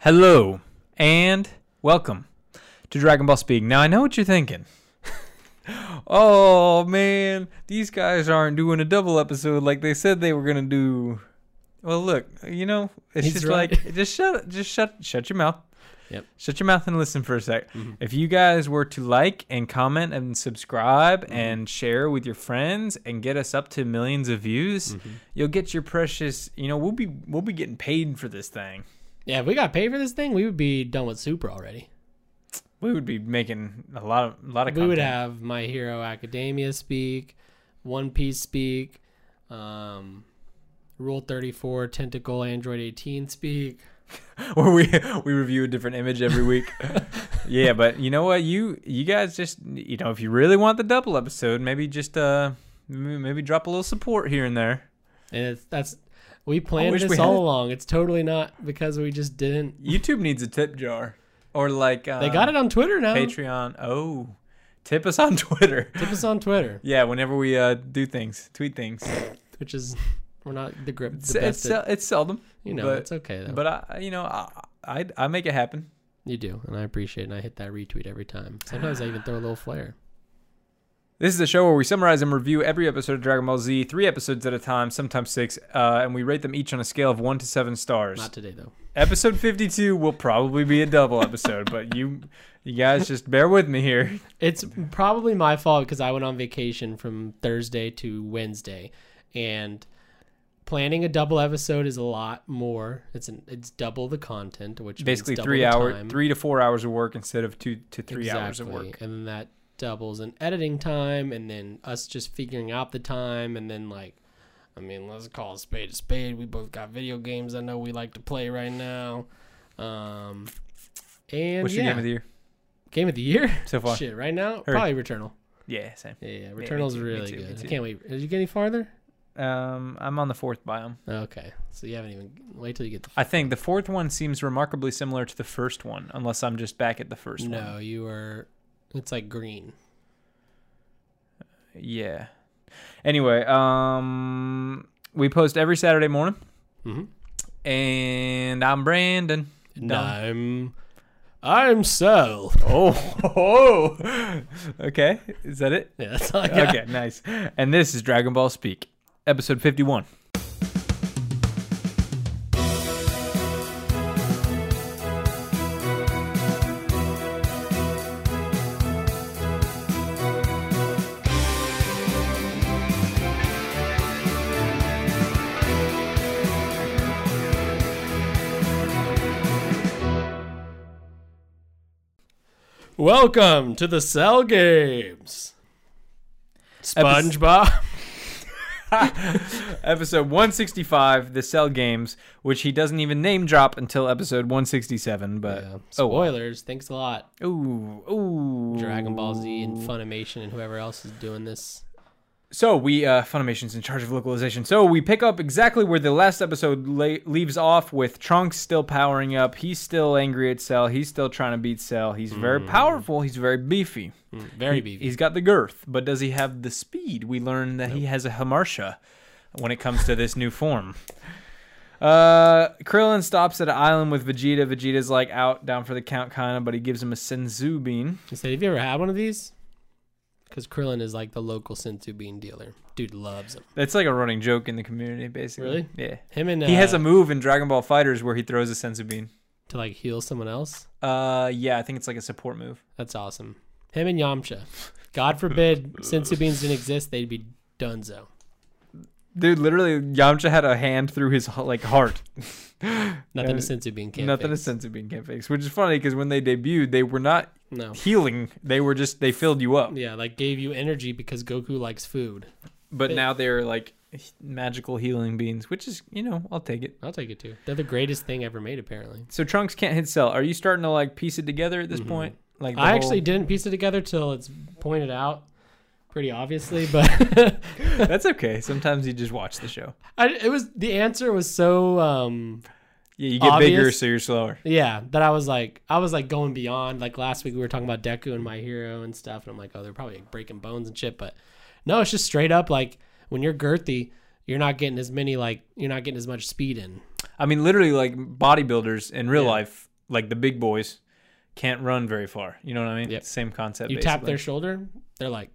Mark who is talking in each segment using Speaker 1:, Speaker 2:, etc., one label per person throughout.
Speaker 1: Hello and welcome to Dragon Ball Speak. Now I know what you're thinking. oh man, these guys aren't doing a double episode like they said they were gonna do. Well, look, you know, it's
Speaker 2: He's
Speaker 1: just
Speaker 2: right.
Speaker 1: like just shut, just shut, shut your mouth.
Speaker 2: Yep. Mm-hmm.
Speaker 1: Shut your mouth and listen for a sec. If you guys were to like and comment and subscribe
Speaker 2: Mm-hmm.
Speaker 1: and share with your friends and get us up to millions of views,
Speaker 2: Mm-hmm.
Speaker 1: you'll get your precious. You know, we'll be we'll be getting paid for this thing.
Speaker 2: Yeah, if we got paid for this thing, we would be done with Super already.
Speaker 1: We would be making a lot of a lot of
Speaker 2: We
Speaker 1: content.
Speaker 2: would have My Hero Academia speak, One Piece speak, um, Rule 34, Tentacle Android 18 speak.
Speaker 1: Where we we review a different image every week. yeah, but you know what? You you guys just you know if you really want the double episode, maybe just uh m- maybe drop a little support here and there.
Speaker 2: And it's, that's, we planned
Speaker 1: wish
Speaker 2: this
Speaker 1: we
Speaker 2: all
Speaker 1: had-
Speaker 2: along. It's totally not because we just didn't.
Speaker 1: YouTube needs a tip jar or like uh,
Speaker 2: They got it on Twitter now.
Speaker 1: Patreon. Oh, tip us on Twitter.
Speaker 2: Tip us on Twitter,
Speaker 1: yeah, whenever we uh do things, tweet things.
Speaker 2: which is, we're not the grip, the
Speaker 1: It's
Speaker 2: best
Speaker 1: it's,
Speaker 2: at,
Speaker 1: sel- it's seldom,
Speaker 2: you know,
Speaker 1: but-
Speaker 2: it's okay though.
Speaker 1: but I you know I I, I make it happen.
Speaker 2: you do, and I appreciate it, and I hit that retweet every time. Sometimes I even throw a little flare.
Speaker 1: This is a show where we summarize and review every episode of Dragon Ball Z, three episodes at a time, sometimes six, uh, and we rate them each on a scale of one to seven stars.
Speaker 2: Not today though.
Speaker 1: episode 52 will probably be a double episode, but you you guys just bear with me here.
Speaker 2: It's probably my fault because I went on vacation from Thursday to Wednesday, and planning a double episode is a lot more. It's an, it's double the content, which
Speaker 1: Basically,
Speaker 2: means double
Speaker 1: three
Speaker 2: the
Speaker 1: hour,
Speaker 2: time.
Speaker 1: three to four hours of work instead of two to three hours of
Speaker 2: Exactly.
Speaker 1: work.
Speaker 2: and then that doubles in editing time, and then us just figuring out the time, and then like. I mean, let's call a spade a spade. We both got video games I know we like to play right now. Um, and
Speaker 1: What's
Speaker 2: yeah.
Speaker 1: your game of the year
Speaker 2: game of the year?
Speaker 1: so far?
Speaker 2: Shit, right now?
Speaker 1: Hurry.
Speaker 2: Probably Returnal.
Speaker 1: Yeah, same.
Speaker 2: Yeah, yeah,
Speaker 1: me
Speaker 2: Returnal's
Speaker 1: too, me
Speaker 2: really
Speaker 1: too, me
Speaker 2: good.
Speaker 1: too.
Speaker 2: I can't wait. Did you get any farther?
Speaker 1: Um, I'm on the fourth biome.
Speaker 2: Okay, so you haven't even wait till you get the.
Speaker 1: I think the fourth one seems remarkably similar to the first one, unless I'm just back at the first one.
Speaker 2: no, you are. It's like green.
Speaker 1: Yeah. Anyway, um, we post every Saturday morning,
Speaker 2: Mm-hmm.
Speaker 1: and I'm Brandon.
Speaker 2: And uh, I'm, I'm Sal.
Speaker 1: Oh, oh. okay. Is that it?
Speaker 2: Yeah, that's all I got.
Speaker 1: Okay, nice. And this is Dragon Ball Speak, episode 51.
Speaker 2: Welcome to the Cell Games. SpongeBob.
Speaker 1: episode 165, The Cell Games, which he doesn't even name drop until episode 167. But,
Speaker 2: yeah.
Speaker 1: oh, well.
Speaker 2: Spoilers. Thanks a lot,
Speaker 1: ooh, ooh.
Speaker 2: Dragon Ball Z and Funimation and whoever else is doing this.
Speaker 1: So we uh, Funimation's in charge of localization. So we pick up exactly where the last episode la- leaves off with Trunks still powering up. He's still angry at Cell. He's still trying to beat Cell. He's very powerful. He's very beefy.
Speaker 2: Mm, Very beefy.
Speaker 1: He's got the girth, but does he have the speed? We learn that he has a hamartia when it comes to this new form. Uh, Krillin stops at an island with Vegeta. Vegeta's like out down for the count, kind of, but he gives him a senzu bean.
Speaker 2: He said, "Have you ever had one of these?" Because Krillin is like the local sensu bean dealer. Dude loves them.
Speaker 1: That's like a running joke in the community, basically.
Speaker 2: Really?
Speaker 1: Yeah.
Speaker 2: Him and
Speaker 1: He has
Speaker 2: uh,
Speaker 1: a move in Dragon Ball Fighters where he throws a senzu bean.
Speaker 2: to like heal someone else.
Speaker 1: Uh, yeah, I think it's like a support move.
Speaker 2: That's awesome. Him and Yamcha. God forbid sensu beans didn't exist, they'd be dunzo.
Speaker 1: Dude, literally, Yamcha had a hand through his h- like heart.
Speaker 2: Nothing
Speaker 1: Uh,
Speaker 2: a sensu bean can't
Speaker 1: Nothing
Speaker 2: fix.
Speaker 1: a senzu bean can fix. Which is funny because when they debuted, they were not
Speaker 2: no.
Speaker 1: healing. They were just they filled you up.
Speaker 2: Yeah, like gave you energy because Goku likes food.
Speaker 1: But
Speaker 2: Yeah.
Speaker 1: now they're like h- magical healing beans, which is you know I'll take it.
Speaker 2: I'll take it too. They're the greatest thing ever made, apparently.
Speaker 1: So Trunks can't hit Cell. Are you starting to like piece it together at this
Speaker 2: Mhm.
Speaker 1: point? Like the
Speaker 2: I
Speaker 1: whole-
Speaker 2: actually didn't piece it together till it's pointed out pretty obviously, but
Speaker 1: that's okay. Sometimes you just watch the show.
Speaker 2: I, it was the answer was so um
Speaker 1: Yeah, you get bigger,
Speaker 2: Obvious.
Speaker 1: so you're slower.
Speaker 2: Yeah, that I was like, I was like going beyond. Like last week, we were talking about Deku and My Hero and stuff, and I'm like, oh, they're probably like breaking bones and shit. But no, it's just straight up like when you're girthy, you're not getting as many like you're not getting as much speed in.
Speaker 1: I mean, literally, like bodybuilders in real
Speaker 2: Yeah.
Speaker 1: life like the big boys, can't run very far. You know what I mean?
Speaker 2: Yep.
Speaker 1: Same concept.
Speaker 2: You tap
Speaker 1: basically.
Speaker 2: their shoulder, they're like,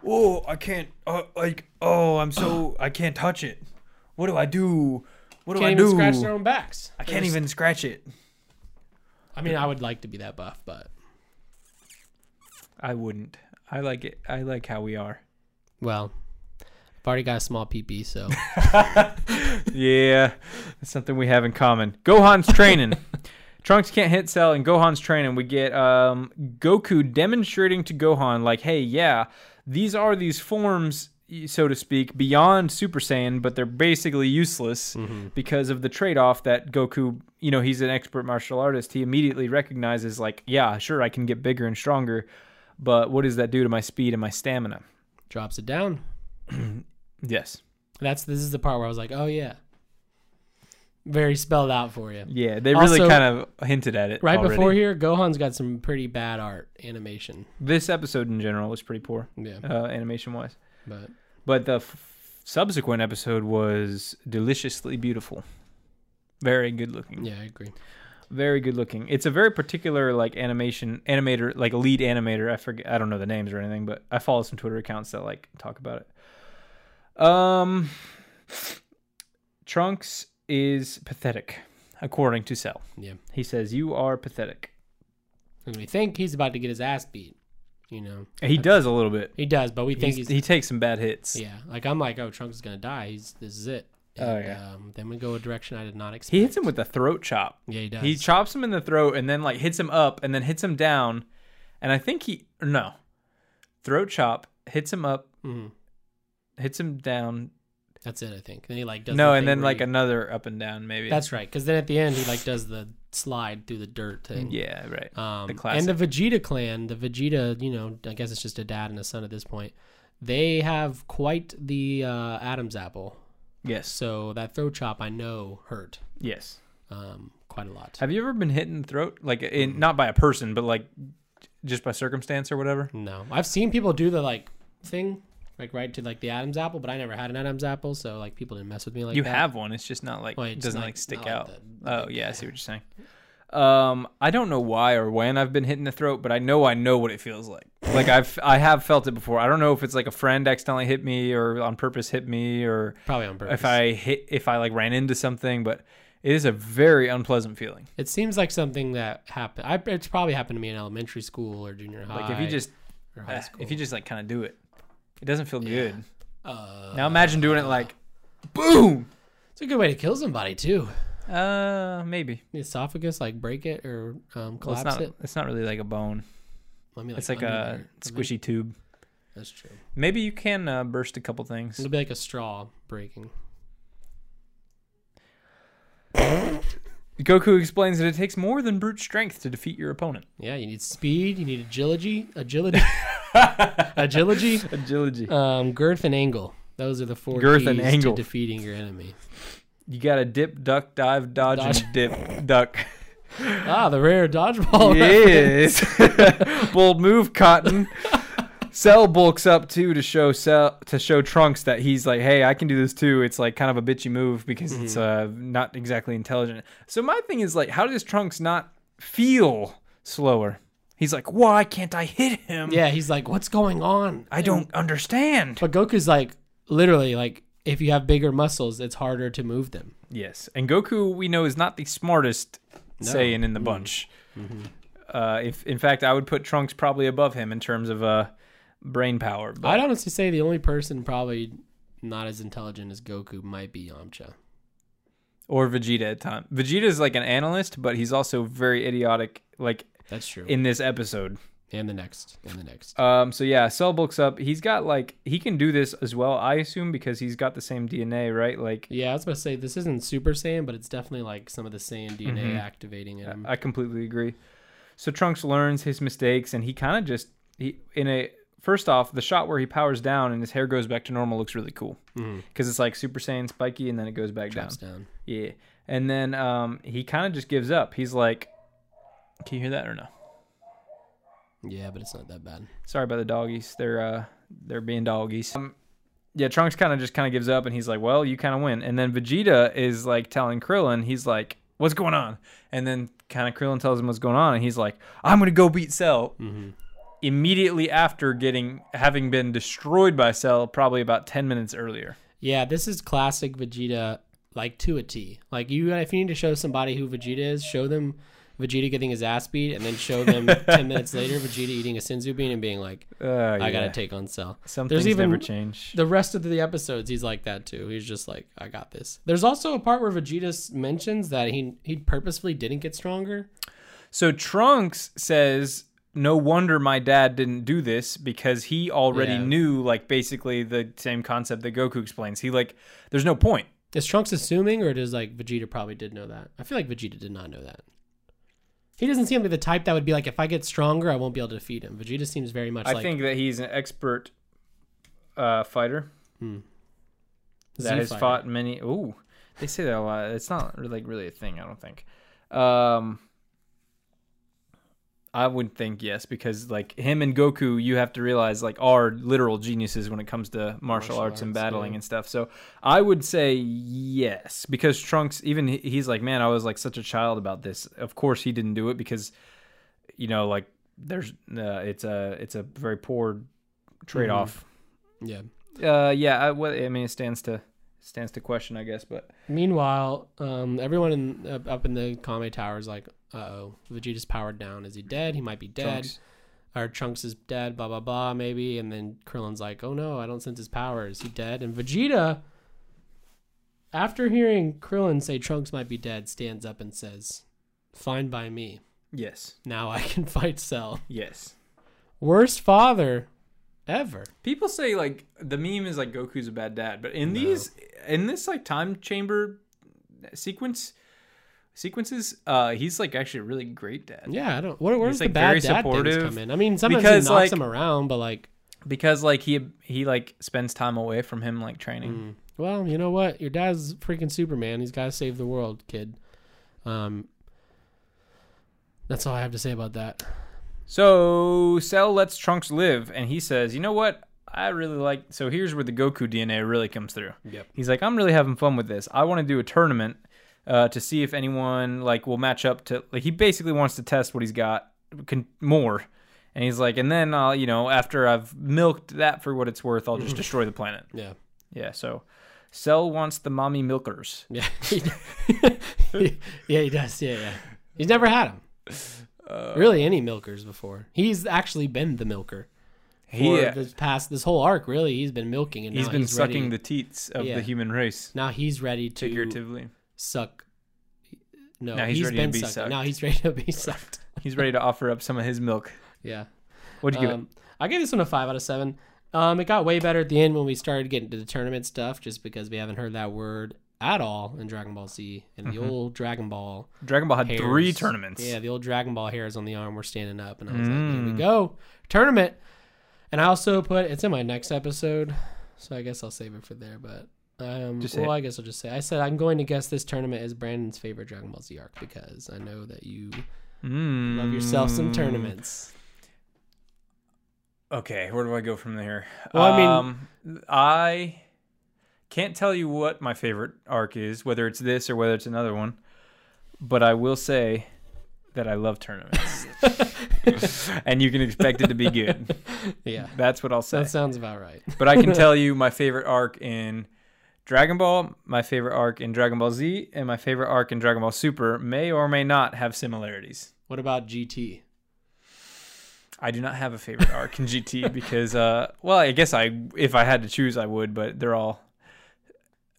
Speaker 1: Whoa! I can't. Uh, like, oh, I'm so. I can't touch it. What do I do? What do
Speaker 2: can't
Speaker 1: I
Speaker 2: even
Speaker 1: do?
Speaker 2: scratch their own backs.
Speaker 1: I
Speaker 2: They're
Speaker 1: can't
Speaker 2: just-
Speaker 1: even scratch it.
Speaker 2: I mean, I would like to be that buff, but
Speaker 1: I wouldn't. I like it. I like how we are.
Speaker 2: well, I've already got a small PP, so
Speaker 1: yeah, that's something we have in common. Gohan's training. Trunks can't hit Cell, and Gohan's training. We get um, Goku demonstrating to Gohan, like, hey, yeah, these are these forms, y- so to speak, beyond Super Saiyan, but they're basically useless
Speaker 2: Mm-hmm.
Speaker 1: because of the trade off that Goku, you know, he's an expert martial artist. He immediately recognizes, like, yeah, sure, I can get bigger and stronger, but what does that do to my speed and my stamina?
Speaker 2: drops it down.
Speaker 1: Yes.
Speaker 2: That's this is the part where I was like, oh yeah, very spelled out for you.
Speaker 1: Yeah, they really
Speaker 2: Also-
Speaker 1: kind of hinted at it.
Speaker 2: Right
Speaker 1: already.
Speaker 2: before here, Gohan's got some pretty bad art animation.
Speaker 1: this episode in general was pretty poor
Speaker 2: Yeah,
Speaker 1: uh, animation wise
Speaker 2: but
Speaker 1: but the f- subsequent episode was deliciously beautiful very good looking
Speaker 2: yeah, I agree.
Speaker 1: very good looking it's a very particular like animation animator like lead animator i forget i don't know the names or anything but i follow some twitter accounts that like talk about it um trunks is pathetic according to cell
Speaker 2: Yeah,
Speaker 1: he says you are pathetic
Speaker 2: and we think he's about to get his ass beat. You know,
Speaker 1: he does a little bit
Speaker 2: he does, but we think
Speaker 1: He's-
Speaker 2: he's,
Speaker 1: he takes some bad hits
Speaker 2: yeah. Like I'm like, oh, Trunks is gonna die. He's this is it.
Speaker 1: Oh,
Speaker 2: And,
Speaker 1: yeah.
Speaker 2: Um, then we go a direction I did not expect.
Speaker 1: he hits him with a throat chop
Speaker 2: Yeah, he does.
Speaker 1: He chops him in the throat and then like hits him up and then hits him down. And I think he or no. Throat chop, hits him up,
Speaker 2: Mhm.
Speaker 1: hits him down.
Speaker 2: That's it, I think. Then he like does
Speaker 1: no,
Speaker 2: the
Speaker 1: and
Speaker 2: thing
Speaker 1: then
Speaker 2: where
Speaker 1: like
Speaker 2: he-
Speaker 1: another up and down maybe.
Speaker 2: that's right. Because then at the end he like does the slide through the dirt thing.
Speaker 1: yeah, right.
Speaker 2: Um,
Speaker 1: The
Speaker 2: and the Vegeta clan, the Vegeta, you know, I guess it's just a dad and a son at this point. They have quite the uh, Adam's apple.
Speaker 1: yes.
Speaker 2: So that throat chop I know hurt
Speaker 1: Yes.
Speaker 2: um, quite a lot.
Speaker 1: Have you ever been hit in the throat? Like in, not by a person, but like just by circumstance or whatever?
Speaker 2: No, I've seen people do the like thing, like right to like the Adam's apple, but I never had an Adam's apple, so like people didn't mess with me like
Speaker 1: you
Speaker 2: that.
Speaker 1: have one, it's just not like
Speaker 2: Well,
Speaker 1: it
Speaker 2: it's
Speaker 1: doesn't
Speaker 2: not-
Speaker 1: like stick
Speaker 2: not like
Speaker 1: out.
Speaker 2: the-
Speaker 1: oh yeah, I see what you're saying. Um, I don't know why or when I've been hit in the throat, but I know I know what it feels like. Like I've I have felt it before. I don't know if it's like a friend accidentally hit me or on purpose hit me or
Speaker 2: probably on purpose.
Speaker 1: if I hit if I like ran into something, but it is a very unpleasant feeling.
Speaker 2: it seems like something that happened. I, it's probably happened to me in elementary school or junior high.
Speaker 1: Like if you just
Speaker 2: or
Speaker 1: eh,
Speaker 2: high school.
Speaker 1: if you just like kind of do it, it doesn't feel good.
Speaker 2: uh,
Speaker 1: Now imagine doing it like boom.
Speaker 2: it's a good way to kill somebody too.
Speaker 1: Uh, maybe
Speaker 2: The esophagus, like break it or um,
Speaker 1: well, it's
Speaker 2: collapse
Speaker 1: not.
Speaker 2: it.
Speaker 1: It's not really like a bone.
Speaker 2: I mean,
Speaker 1: It's like
Speaker 2: under
Speaker 1: a
Speaker 2: there.
Speaker 1: squishy tube.
Speaker 2: That's true.
Speaker 1: Maybe you can uh, burst a couple things.
Speaker 2: It'll be like a straw breaking.
Speaker 1: Goku explains that it takes more than brute strength to defeat your opponent.
Speaker 2: Yeah, you need speed. You need agility, agility, agility,
Speaker 1: Agility.
Speaker 2: um, girth, and angle. Those are the four
Speaker 1: Girth
Speaker 2: keys
Speaker 1: and angle.
Speaker 2: to defeating your enemy.
Speaker 1: You gotta dip, duck, dive, dodge,
Speaker 2: Dodge.
Speaker 1: and dip, duck.
Speaker 2: Ah, the rare dodgeball.
Speaker 1: yes. Bold move, Cotton. Cell bulks up too to show Cell to show Trunks that he's like, hey, I can do this too. It's like kind of a bitchy move because it's uh not exactly intelligent. So my thing is like, how does Trunks not feel slower? He's like, why can't I hit him?
Speaker 2: Yeah, he's like, what's going on?
Speaker 1: I don't understand.
Speaker 2: But Goku's like, literally, like, if you have bigger muscles, it's harder to move them.
Speaker 1: Yes, and Goku we know is not the smartest Saiyan in the bunch. Uh, if in fact, I would put Trunks probably above him in terms of uh, brain power. But
Speaker 2: I'd honestly say the only person probably not as intelligent as Goku might be Yamcha.
Speaker 1: or Vegeta at time. Vegeta is like an analyst, but he's also very idiotic. Like
Speaker 2: That's true.
Speaker 1: in this episode.
Speaker 2: and the next, and the next.
Speaker 1: Um, so yeah, Cell bulks up. He's got like he can do this as well. I assume because he's got the same DNA, right? Like
Speaker 2: Yeah, I was about to say this isn't Super Saiyan, but it's definitely like some of the Saiyan DNA
Speaker 1: Mm-hmm.
Speaker 2: activating in him.
Speaker 1: I completely agree. So Trunks learns his mistakes, and he kind of just he in a first off the shot where he powers down and his hair goes back to normal looks really cool because it's like Super Saiyan spiky, and then it goes back down.
Speaker 2: Drops down.
Speaker 1: Yeah, and then um, he kind of just gives up. He's like, "Can you hear that or no?"
Speaker 2: Yeah, but it's not that bad.
Speaker 1: Sorry about the doggies. They're uh, they're being doggies. Um, yeah, Trunks kind of just kind of gives up, and he's like, "Well, you kind of win." And then Vegeta is like telling Krillin, he's like, "What's going on?" And then kind of Krillin tells him what's going on, and he's like, "I'm gonna go beat Cell."
Speaker 2: Mm-hmm.
Speaker 1: Immediately after getting having been destroyed by Cell, probably about ten minutes earlier.
Speaker 2: Yeah, this is classic Vegeta, like to a T. Like you, if you need to show somebody who Vegeta is, show them Vegeta getting his ass beat, and then show them ten minutes later Vegeta eating a senzu bean and being like,
Speaker 1: Uh,
Speaker 2: "I
Speaker 1: yeah.
Speaker 2: gotta take on Cell."
Speaker 1: Some
Speaker 2: There's
Speaker 1: things
Speaker 2: even-
Speaker 1: never change.
Speaker 2: The rest of the episodes, he's like that too. He's just like, "I got this." There's also a part where Vegeta s- mentions that he he purposefully didn't get stronger.
Speaker 1: So Trunks says, "No wonder my dad didn't do this because he already
Speaker 2: Yeah.
Speaker 1: knew like basically the same concept that Goku explains. He like there's no point.
Speaker 2: Is Trunks assuming, or does like Vegeta probably did know that? I feel like Vegeta did not know that. He doesn't seem to be the type that would be like, if I get stronger, I won't be able to defeat him. Vegeta seems very much
Speaker 1: I
Speaker 2: like
Speaker 1: think that he's an expert uh, fighter that
Speaker 2: Z
Speaker 1: has
Speaker 2: fighter.
Speaker 1: fought many. Ooh, they say that a lot. It's not really, like really a thing, I don't think. Um, I would think yes because like him and Goku, you have to realize like are literal geniuses when it comes to martial,
Speaker 2: Martial
Speaker 1: arts, and
Speaker 2: arts,
Speaker 1: battling
Speaker 2: yeah.
Speaker 1: and stuff. So I would say yes because Trunks even he- he's like, man, I was like such a child about this. Of course he didn't do it because you know like there's uh, it's a it's a very poor trade
Speaker 2: Mm-hmm.
Speaker 1: off.
Speaker 2: Yeah.
Speaker 1: Uh, yeah, I, well, I mean it stands to stands to question, I guess, but
Speaker 2: Meanwhile, um, everyone in, up up in the Kame Tower is like, "Uh oh, Vegeta's powered down. Is he dead? He might be dead.
Speaker 1: Trunks-
Speaker 2: Or Trunks is dead. Blah blah blah. Maybe." And then Krillin's like, "Oh no, I don't sense his power. Is he dead?" And Vegeta, after hearing Krillin say Trunks might be dead, stands up and says, "Fine by me.
Speaker 1: yes,
Speaker 2: Now I can fight Cell.
Speaker 1: yes.
Speaker 2: Worst father ever."
Speaker 1: People say like the meme is like Goku's a bad dad, but in
Speaker 2: No.
Speaker 1: these in this like time chamber sequence sequences, uh, he's like actually a really great dad
Speaker 2: Yeah, I don't. Where, where's
Speaker 1: He's,
Speaker 2: the
Speaker 1: like,
Speaker 2: bad
Speaker 1: very
Speaker 2: dad things
Speaker 1: supportive
Speaker 2: come in? I mean, sometimes
Speaker 1: because,
Speaker 2: he knocks
Speaker 1: like-
Speaker 2: him around, but like.
Speaker 1: because like he he like spends time away from him like training.
Speaker 2: Well, you know what? Your dad's freaking Superman. He's got to save the world, kid. Um, that's all I have to say about that.
Speaker 1: So Cell lets Trunks live, and he says, "You know what? I really like." So here's where the Goku DNA really comes through.
Speaker 2: Yep.
Speaker 1: He's like, "I'm really having fun with this. I want to do a tournament uh, to see if anyone like will match up to." Like he basically wants to test what he's got con- more, and he's like, "And then I'll, you know, after I've milked that for what it's worth, I'll just destroy the planet."
Speaker 2: Yeah.
Speaker 1: Yeah. So Cell wants the mommy milkers.
Speaker 2: Yeah. yeah, he does. Yeah, yeah. He's never had him.
Speaker 1: Uh,
Speaker 2: really, any milkers before? He's actually been the milker
Speaker 1: He uh,
Speaker 2: for this past this whole arc. Really, he's been milking, and
Speaker 1: he's
Speaker 2: now
Speaker 1: been
Speaker 2: uh, he's
Speaker 1: sucking
Speaker 2: ready,
Speaker 1: the teats of
Speaker 2: Yeah.
Speaker 1: the human race,
Speaker 2: Now he's ready to
Speaker 1: figuratively.
Speaker 2: suck. No,
Speaker 1: Now he's
Speaker 2: he's
Speaker 1: ready to
Speaker 2: been
Speaker 1: be
Speaker 2: sucking.
Speaker 1: sucked.
Speaker 2: Now he's ready to be sucked.
Speaker 1: He's ready to offer up some of his milk.
Speaker 2: Yeah.
Speaker 1: What'd you give it?
Speaker 2: Um, I gave this one a five out of seven. Um, it got way better at the end when we started getting to the tournament stuff, just because we haven't heard that word at all in Dragon Ball Z and the old Dragon Ball.
Speaker 1: Dragon Ball had
Speaker 2: Hairs.
Speaker 1: three tournaments. Mm.
Speaker 2: Yeah, the old Dragon Ball hairs on the arm were standing up, and I was like, "Here we go, tournament." And I also put it's in my next episode, so I guess I'll save it for there. But um,
Speaker 1: Just say
Speaker 2: well,
Speaker 1: it.
Speaker 2: I guess I'll just say I said I'm going to guess this tournament is Brandon's favorite Dragon Ball Z arc because I know that you
Speaker 1: Mm.
Speaker 2: love yourself some tournaments.
Speaker 1: Okay, where do I go from there?
Speaker 2: Well, I mean-
Speaker 1: mean, I can't tell you what my favorite arc is, whether it's this or whether it's another one, but I will say that I love tournaments. and you can expect it to be good.
Speaker 2: Yeah,
Speaker 1: That's what I'll say.
Speaker 2: that sounds about right.
Speaker 1: but I can tell you my favorite arc in Dragon Ball, my favorite arc in Dragon Ball Z, and my favorite arc in Dragon Ball Super may or may not have similarities.
Speaker 2: What about GT?
Speaker 1: I do not have a favorite arc in GT because, uh, well, I guess I, if I had to choose, I would, but they're all.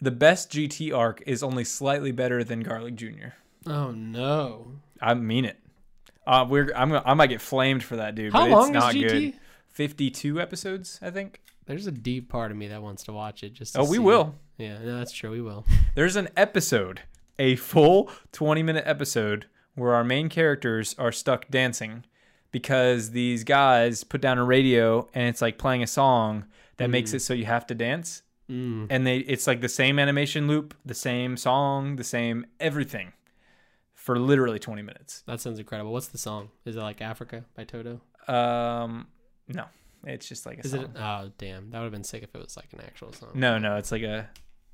Speaker 1: The best GT arc is only slightly better than Garlic Jr.
Speaker 2: Oh no!
Speaker 1: I mean it. Uh, we're I'm gonna, I might get flamed for that dude.
Speaker 2: How
Speaker 1: but
Speaker 2: long
Speaker 1: it's
Speaker 2: is
Speaker 1: not
Speaker 2: GT?
Speaker 1: good. Fifty-two episodes, I think.
Speaker 2: There's a deep part of me that wants to watch it. Just to
Speaker 1: Oh, we
Speaker 2: see.
Speaker 1: will.
Speaker 2: Yeah, no, that's true. We will.
Speaker 1: There's an episode, a full 20 minute episode, where our main characters are stuck dancing because these guys put down a radio and it's like playing a song that makes it so you have to dance.
Speaker 2: Mm.
Speaker 1: And they it's like the same animation loop, the same song, the same everything for literally 20 minutes.
Speaker 2: That sounds incredible. What's the song? Is it like Africa by Toto?
Speaker 1: Um, no, it's just like a
Speaker 2: Is
Speaker 1: song.
Speaker 2: it? Oh, damn. That would have been sick if it was like an actual song.
Speaker 1: No, no, it's like a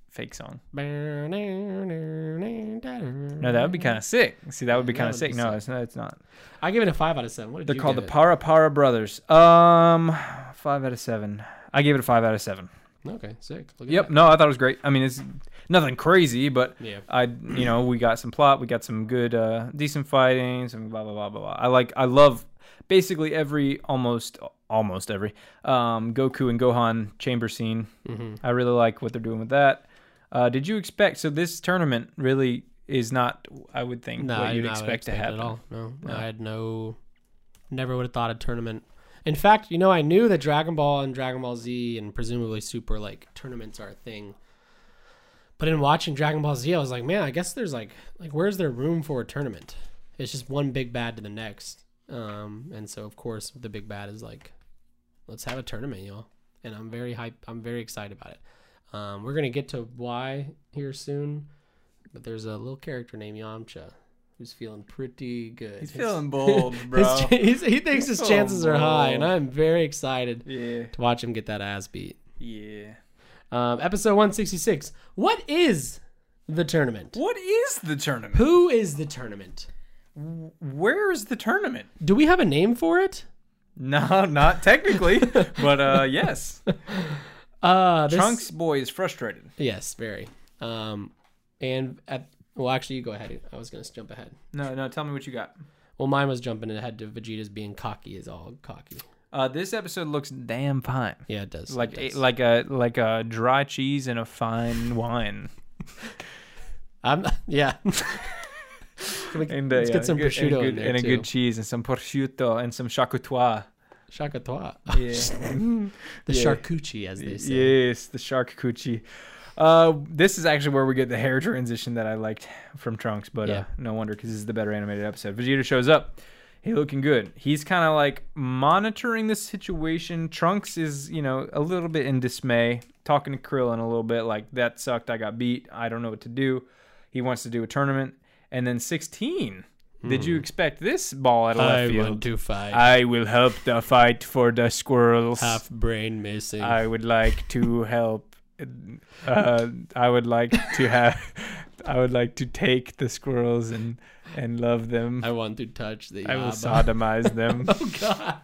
Speaker 1: fake song.
Speaker 2: No,
Speaker 1: No, that would be kind of sick. See, that would be
Speaker 2: Mm. that
Speaker 1: kind of
Speaker 2: would
Speaker 1: sick.
Speaker 2: be
Speaker 1: No,
Speaker 2: sick.
Speaker 1: it's not. It's not.
Speaker 2: I give it a five out of seven. What did
Speaker 1: They're
Speaker 2: you
Speaker 1: called the
Speaker 2: give
Speaker 1: Para Para Brothers. Um, five out of seven. I gave it a five out of seven.
Speaker 2: it? Okay, sick. Look at
Speaker 1: Yep.
Speaker 2: that.
Speaker 1: No, I thought it was great. I mean, it's nothing crazy, but
Speaker 2: Yeah.
Speaker 1: I, you know, we got some plot, we got some good, uh, decent fighting, some blah blah blah blah blah. I like, I love basically every almost almost every um, Goku and Gohan chamber scene.
Speaker 2: Mm-hmm.
Speaker 1: I really like what they're doing with that. Uh, did you expect? So this tournament really is not, I would think,
Speaker 2: No,
Speaker 1: what
Speaker 2: I
Speaker 1: you'd
Speaker 2: did not
Speaker 1: expect, to happen.
Speaker 2: At all. No,
Speaker 1: No.
Speaker 2: I had no. Never would have thought a tournament. In fact, you know, I knew that Dragon Ball and Dragon Ball Z and presumably Super like tournaments are a thing. But in watching Dragon Ball Z, I was like, man, I guess there's like, like, where's there room for a tournament? It's just one big bad to the next. Um, and so of course the big bad is like, let's have a tournament, y'all. And I'm very hype. I'm very excited about it. Um, we're gonna get to why here soon, but there's a little character named Yamcha who's feeling pretty good.
Speaker 1: He's
Speaker 2: His-
Speaker 1: feeling bold,
Speaker 2: his
Speaker 1: bro.
Speaker 2: ch- he's- he thinks his
Speaker 1: Oh,
Speaker 2: chances are high, and
Speaker 1: bro.
Speaker 2: I'm very excited
Speaker 1: yeah,
Speaker 2: to watch him get that ass beat.
Speaker 1: yeah.
Speaker 2: Um, episode 166. What is the tournament?
Speaker 1: What is the tournament?
Speaker 2: Who is the tournament?
Speaker 1: Where is the tournament?
Speaker 2: Do we have a name for it?
Speaker 1: No, not technically, but uh, yes.
Speaker 2: Uh, this-
Speaker 1: Trunks boy is frustrated.
Speaker 2: Yes, very. Um, and at well, actually, you go ahead. I was gonna jump ahead.
Speaker 1: No, no. Tell me what you got.
Speaker 2: Well, mine was jumping ahead to Vegeta's being cocky is all cocky.
Speaker 1: Uh, this episode looks damn fine.
Speaker 2: Yeah, it does.
Speaker 1: Like
Speaker 2: it does.
Speaker 1: like a like a dry cheese and a fine wine.
Speaker 2: I'm yeah. Can we-
Speaker 1: And, uh,
Speaker 2: let's
Speaker 1: yeah,
Speaker 2: get some
Speaker 1: good- and
Speaker 2: prosciutto
Speaker 1: good,
Speaker 2: in there
Speaker 1: and
Speaker 2: too.
Speaker 1: a good cheese and some prosciutto and some charcuterie.
Speaker 2: Shaka Twa.
Speaker 1: Yeah.
Speaker 2: the
Speaker 1: Yeah.
Speaker 2: charcuterie, as they say.
Speaker 1: yes, the shark coochie. Uh, this is actually where we get the hair transition that I liked from Trunks, but uh,
Speaker 2: Yeah.
Speaker 1: no wonder because this is the better animated episode. Vegeta shows up. He looking good. He's kind of like monitoring the situation. Trunks is, you know, a little bit in dismay, talking to Krillin a little bit like, that sucked. I got beat. I don't know what to do. He wants to do a tournament. And then 16. Did
Speaker 2: Hmm.
Speaker 1: you expect this ball out of left field?
Speaker 2: to fight.
Speaker 1: I will help the fight for the squirrels.
Speaker 2: brain missing.
Speaker 1: I would like to help. Uh, I would like to have. I would like to take the squirrels and and love them.
Speaker 2: I want to touch the.
Speaker 1: I, will
Speaker 2: Yaba.
Speaker 1: sodomize them.
Speaker 2: Oh God!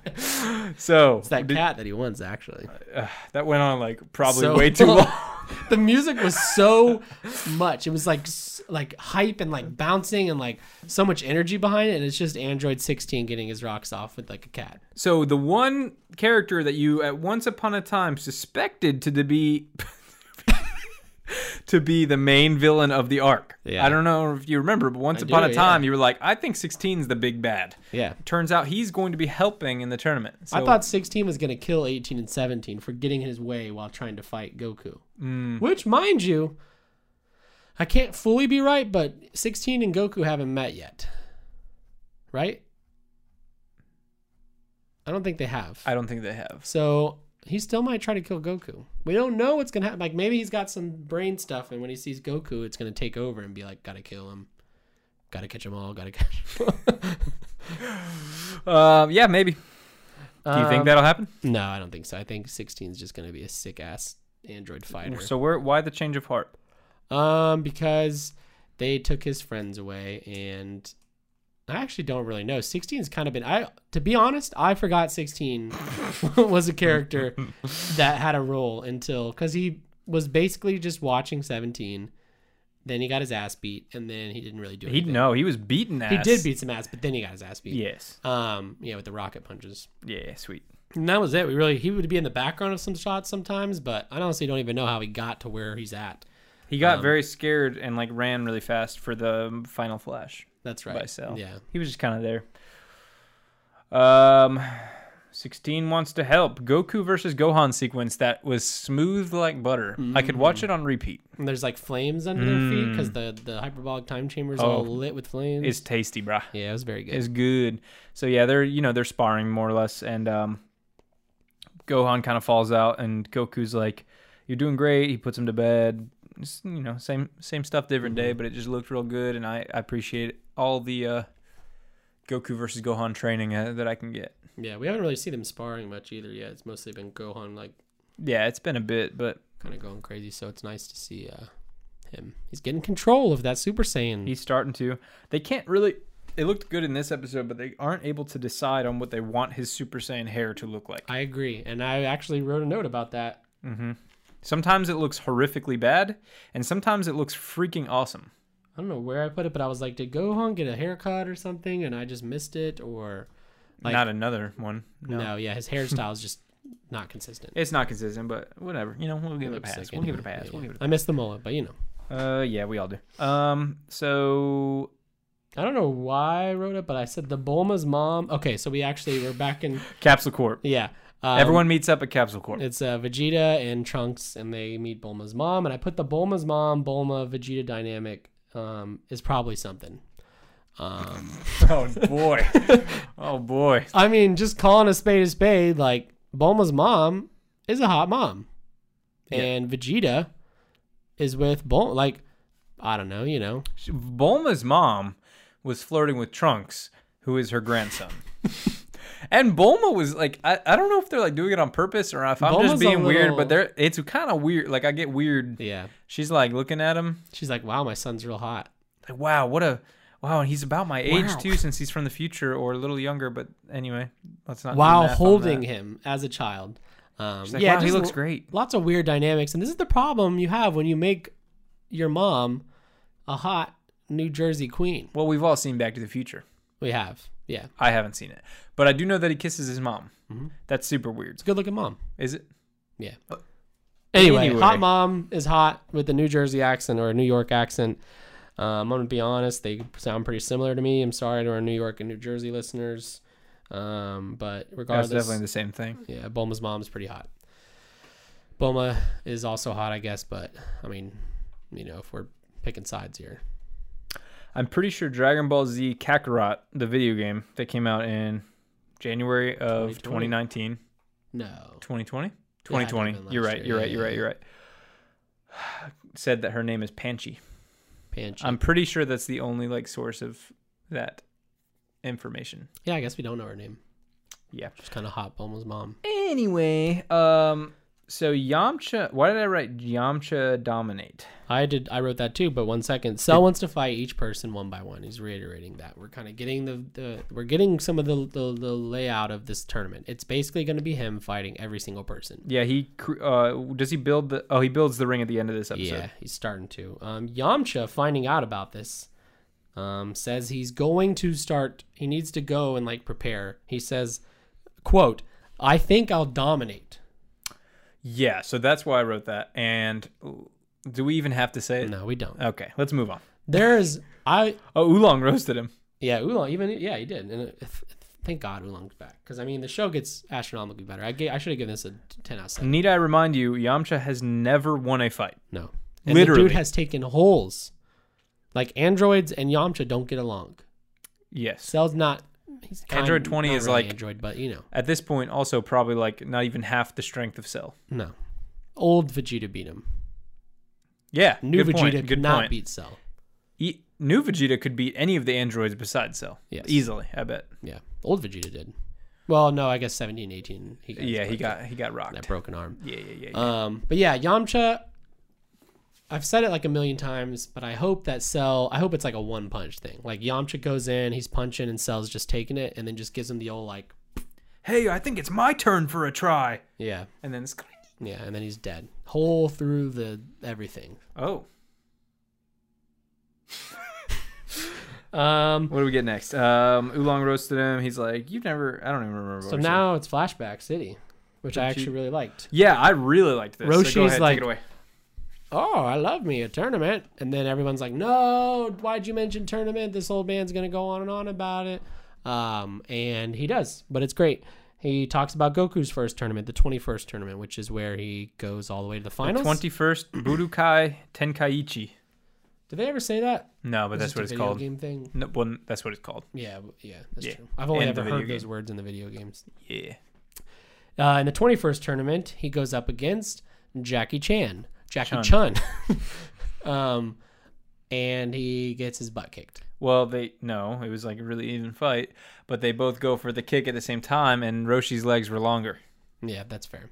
Speaker 2: it's
Speaker 1: So
Speaker 2: that
Speaker 1: did-
Speaker 2: cat that he wants actually.
Speaker 1: uh, that went on like probably
Speaker 2: So-
Speaker 1: way too long.
Speaker 2: the music was so much. It was like s- like hype and like bouncing and like so much energy behind it. And it's just Android 16 getting his rocks off with like a cat.
Speaker 1: So the one character that you at once upon a time suspected to be to be the main villain of the arc.
Speaker 2: Yeah.
Speaker 1: I don't know if you remember, but once
Speaker 2: I
Speaker 1: upon
Speaker 2: do,
Speaker 1: a time you were like, I think 16's the big bad.
Speaker 2: Yeah.
Speaker 1: Turns out he's going to be helping in the tournament. So
Speaker 2: I thought 16 was going to kill 18 and 17 for getting in his way while trying to fight Goku.
Speaker 1: Mm.
Speaker 2: Which, mind you, I can't fully be right, but 16 and Goku haven't met yet. Right? I don't think they have.
Speaker 1: I don't think they have.
Speaker 2: So he still might try to kill Goku. We don't know what's gonna happen. Like maybe he's got some brain stuff, and when he sees Goku, it's gonna take over and be like, "Gotta kill him, gotta catch him all, gotta catch." 'em."
Speaker 1: Um, yeah, maybe. Do you think
Speaker 2: Um,
Speaker 1: that'll happen?
Speaker 2: No, I don't think so. I think 16 is just gonna be a sick ass android fighter.
Speaker 1: So where? Why the change of heart?
Speaker 2: Um, because they took his friends away, and I actually don't really know. 16's kind of been I to be honest, I forgot 16 was a character that had a role until because he was basically just watching 17. Then he got his ass beat, and then he didn't really do
Speaker 1: He
Speaker 2: anything.
Speaker 1: no, he was beaten ass.
Speaker 2: He did beat some ass, but then he got his ass beat.
Speaker 1: Yes.
Speaker 2: Um. Yeah, with the rocket punches.
Speaker 1: Yeah. Sweet.
Speaker 2: And that was it. We really he would be in the background of some shots sometimes, but I honestly don't even know how he got to where he's at.
Speaker 1: He got very scared and like ran really fast for the final flash.
Speaker 2: That's right.
Speaker 1: By Cell.
Speaker 2: Yeah.
Speaker 1: He was just kind of there. Um, sixteen wants to help. Goku versus Gohan sequence that was smooth like butter. I could watch it on repeat.
Speaker 2: And there's like flames under their feet because the, the hyperbolic time chamber is all
Speaker 1: Mm. Oh.
Speaker 2: lit with flames.
Speaker 1: It's tasty, bruh.
Speaker 2: yeah, it was very good.
Speaker 1: is good. So yeah, they're you know they're sparring more or less, and um, Gohan kind of falls out, and Goku's like, "You're doing great." He puts him to bed. It's, you know, same same stuff, different day, but it just looked real good, and I, I appreciate all the uh, Goku versus Gohan training uh, that I can get.
Speaker 2: yeah, we haven't really seen them sparring much either yet. It's mostly been Gohan like
Speaker 1: Yeah, it's been a bit, but
Speaker 2: kind of going crazy, so it's nice to see uh, him. He's getting control of that Super Saiyan.
Speaker 1: He's starting to. They can't really. It looked good in this episode, but they aren't able to decide on what they want his Super Saiyan hair to look like.
Speaker 2: I agree, and I actually wrote a note about that.
Speaker 1: Sometimes it looks horrifically bad, and sometimes it looks freaking awesome.
Speaker 2: I don't know where I put it, but I was like, "Did Gohan get a haircut or something?" And I just missed it, or Like-
Speaker 1: Not another one.
Speaker 2: no,
Speaker 1: No.
Speaker 2: yeah, his hairstyle is just not consistent.
Speaker 1: It's not consistent, but whatever. You know, we'll give it a
Speaker 2: Looks
Speaker 1: pass.
Speaker 2: like
Speaker 1: We'll give it a pass.
Speaker 2: Yeah,
Speaker 1: We'll
Speaker 2: yeah.
Speaker 1: give it
Speaker 2: I missed the mullet, but you know,
Speaker 1: a Uh, yeah, we all do. Um, so
Speaker 2: I don't know why I wrote it, but I said the Bulma's mom. Okay, so we actually were back in
Speaker 1: Capsule Corp.
Speaker 2: yeah. Um,
Speaker 1: Everyone meets up at Capsule Corp.
Speaker 2: It's uh, Vegeta and Trunks, and they meet Bulma's mom. And I put the Bulma's mom, Bulma, Vegeta dynamic um, is probably something. Um,
Speaker 1: oh boy. oh boy.
Speaker 2: I mean, just calling a spade a spade, like Bulma's mom is a hot mom,
Speaker 1: Yeah.
Speaker 2: and Vegeta is with Bulma. Like, I don't know, you know,
Speaker 1: She- Bulma's mom was flirting with Trunks, who is her grandson. and Bulma was like, I, I don't know if they're like doing it on purpose or if I'm
Speaker 2: Bulma's a
Speaker 1: just being weird,
Speaker 2: little-
Speaker 1: but they're it's kind of weird. Like I get weird.
Speaker 2: yeah.
Speaker 1: She's like looking at him,
Speaker 2: She's like, "Wow, my son's real hot."
Speaker 1: like, wow, what a wow. And he's about my age
Speaker 2: Wow.
Speaker 1: too, since he's from the future or a little younger. But anyway, let's not. do
Speaker 2: While
Speaker 1: math on
Speaker 2: holding
Speaker 1: that.
Speaker 2: him as a child. Um,
Speaker 1: She's like,
Speaker 2: yeah,
Speaker 1: wow, he
Speaker 2: just
Speaker 1: looks
Speaker 2: l-
Speaker 1: great.
Speaker 2: Lots of weird dynamics, and this is the problem you have when you make your mom a hot New Jersey queen.
Speaker 1: Well, we've all seen Back to the Future.
Speaker 2: We have, yeah,
Speaker 1: I haven't seen it, but I do know that he kisses his mom.
Speaker 2: Mhm.
Speaker 1: That's super weird.
Speaker 2: it's a good-looking mom.
Speaker 1: Is it?
Speaker 2: Yeah.
Speaker 1: Uh,
Speaker 2: Anyway,
Speaker 1: anyway.
Speaker 2: hot mom is hot with a New Jersey accent or a New York accent. Um, I'm gonna be honest; they sound pretty similar to me. I'm sorry to our New York and New Jersey listeners, um, but
Speaker 1: That's
Speaker 2: regardless,
Speaker 1: definitely the same thing.
Speaker 2: yeah, Bulma's mom's pretty hot. Bulma is also hot, I guess, but I mean, you know, if we're picking sides here,
Speaker 1: I'm pretty sure Dragon Ball Z Kakarot, the video game that came out in January of
Speaker 2: 2020.
Speaker 1: 2019,
Speaker 2: no,
Speaker 1: 2020,
Speaker 2: Yeah, it could've
Speaker 1: 2020.
Speaker 2: been last
Speaker 1: you're right.
Speaker 2: year.
Speaker 1: You're right.
Speaker 2: Yeah,
Speaker 1: You're
Speaker 2: yeah,
Speaker 1: right. You're right. Said that her name is Panchi.
Speaker 2: Panchi.
Speaker 1: I'm pretty sure that's the only like source of that information.
Speaker 2: yeah, I guess we don't know her name.
Speaker 1: Yeah.
Speaker 2: Just kind of hot Bulma's mom.
Speaker 1: Anyway, um, so Yamcha. Why did I write Yamcha dominate?
Speaker 2: I did. I wrote that too. But one second, Cell wants to fight each person one by one. He's reiterating that we're kind of getting the, the we're getting some of the, the the layout of this tournament. It's basically going to be him fighting every single person.
Speaker 1: Yeah, he cr- uh, does he build the? Oh, he builds the ring at the end of this episode.
Speaker 2: Yeah, he's starting to. Um, Yamcha finding out about this, um, says he's going to start. He needs to go and like prepare. He says, "quote I think I'll dominate."
Speaker 1: Yeah, so that's why I wrote that. And do we even have to say it?
Speaker 2: No, we don't.
Speaker 1: Okay, let's move on.
Speaker 2: There is I
Speaker 1: Oh, Oolong roasted him.
Speaker 2: Yeah, Oolong. Even yeah, he did. And uh, th- thank God Oolong's back because I mean the show gets astronomically better. I ga- I should have given this a ten out of seven.
Speaker 1: Need I remind you, Yamcha has never won a fight.
Speaker 2: No, the
Speaker 1: Literally.
Speaker 2: dude has taken holes. Like androids and Yamcha don't get along.
Speaker 1: Yes.
Speaker 2: Cell's not. He's kind-
Speaker 1: Android 20
Speaker 2: not
Speaker 1: is
Speaker 2: really
Speaker 1: like-
Speaker 2: android, but you know,
Speaker 1: At this point, also probably like not even half the strength of Cell.
Speaker 2: no. Old Vegeta beat him.
Speaker 1: Yeah,
Speaker 2: New
Speaker 1: good
Speaker 2: Vegeta
Speaker 1: point.
Speaker 2: could
Speaker 1: Good
Speaker 2: not
Speaker 1: point.
Speaker 2: beat Cell.
Speaker 1: E- new Vegeta could beat any of the androids besides Cell.
Speaker 2: Yes.
Speaker 1: easily. I bet.
Speaker 2: Yeah, old Vegeta did. Well, no, I guess 17, 18. He got his
Speaker 1: Yeah, he
Speaker 2: butt
Speaker 1: got he got
Speaker 2: kicked, that
Speaker 1: rocked.
Speaker 2: broken arm.
Speaker 1: Yeah, yeah, yeah. yeah.
Speaker 2: Um, but yeah, Yamcha. I've said it like a million times, but I hope that Cell. I hope it's like a one punch thing. Like Yamcha goes in, he's punching, and Cell's just taking it, and then just gives him the old like,
Speaker 1: hey, I think it's my turn for a try.
Speaker 2: yeah,
Speaker 1: And then it's
Speaker 2: yeah, and then he's dead, whole through the everything.
Speaker 1: oh,
Speaker 2: Um,
Speaker 1: what do we get next? Um, Oolong roasted him. He's like, you've never. I don't even remember. what
Speaker 2: so
Speaker 1: we said.
Speaker 2: now it's flashback city, which I actually really liked.
Speaker 1: Yeah, I really liked this. so
Speaker 2: Roshi's
Speaker 1: go ahead,
Speaker 2: like-
Speaker 1: take it away.
Speaker 2: Oh, I love me a tournament, and then everyone's like, no, why'd you mention tournament? This old man's gonna go on and on about it. Um, and he does, but it's great. He talks about Goku's first tournament, the 21st tournament, which is where he goes all the way to the finals.
Speaker 1: Twenty first Budokai Tenkaichi.
Speaker 2: Did they ever say that?
Speaker 1: No, but that's
Speaker 2: Just a
Speaker 1: what it's
Speaker 2: video
Speaker 1: called.
Speaker 2: Game thing.
Speaker 1: No, well, that's what it's called.
Speaker 2: Yeah, w- yeah, that's
Speaker 1: Yeah,
Speaker 2: true. I've only
Speaker 1: and
Speaker 2: ever
Speaker 1: the video
Speaker 2: heard those
Speaker 1: game.
Speaker 2: words in the video games.
Speaker 1: Yeah.
Speaker 2: Uh, in the 21st tournament, he goes up against Jackie Chan, Jackie Chun, um, and he gets his butt kicked.
Speaker 1: Well, they no, it was like a really even fight, but they both go for the kick at the same time, and Roshi's legs were longer.
Speaker 2: Yeah, that's fair.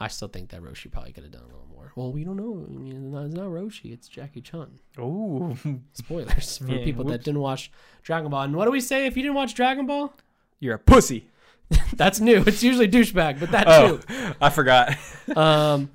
Speaker 2: I still think that Roshi probably could have done a little more. Well, we don't know. I mean, it's not Roshi. It's Jackie Chun.
Speaker 1: Oh,
Speaker 2: Spoilers for
Speaker 1: Yeah,
Speaker 2: people that
Speaker 1: whoops.
Speaker 2: didn't watch Dragon Ball. And what do we say if you didn't watch Dragon Ball?
Speaker 1: you're a pussy.
Speaker 2: That's new. It's usually douchebag, but that
Speaker 1: Oh, I forgot.
Speaker 2: too. Um,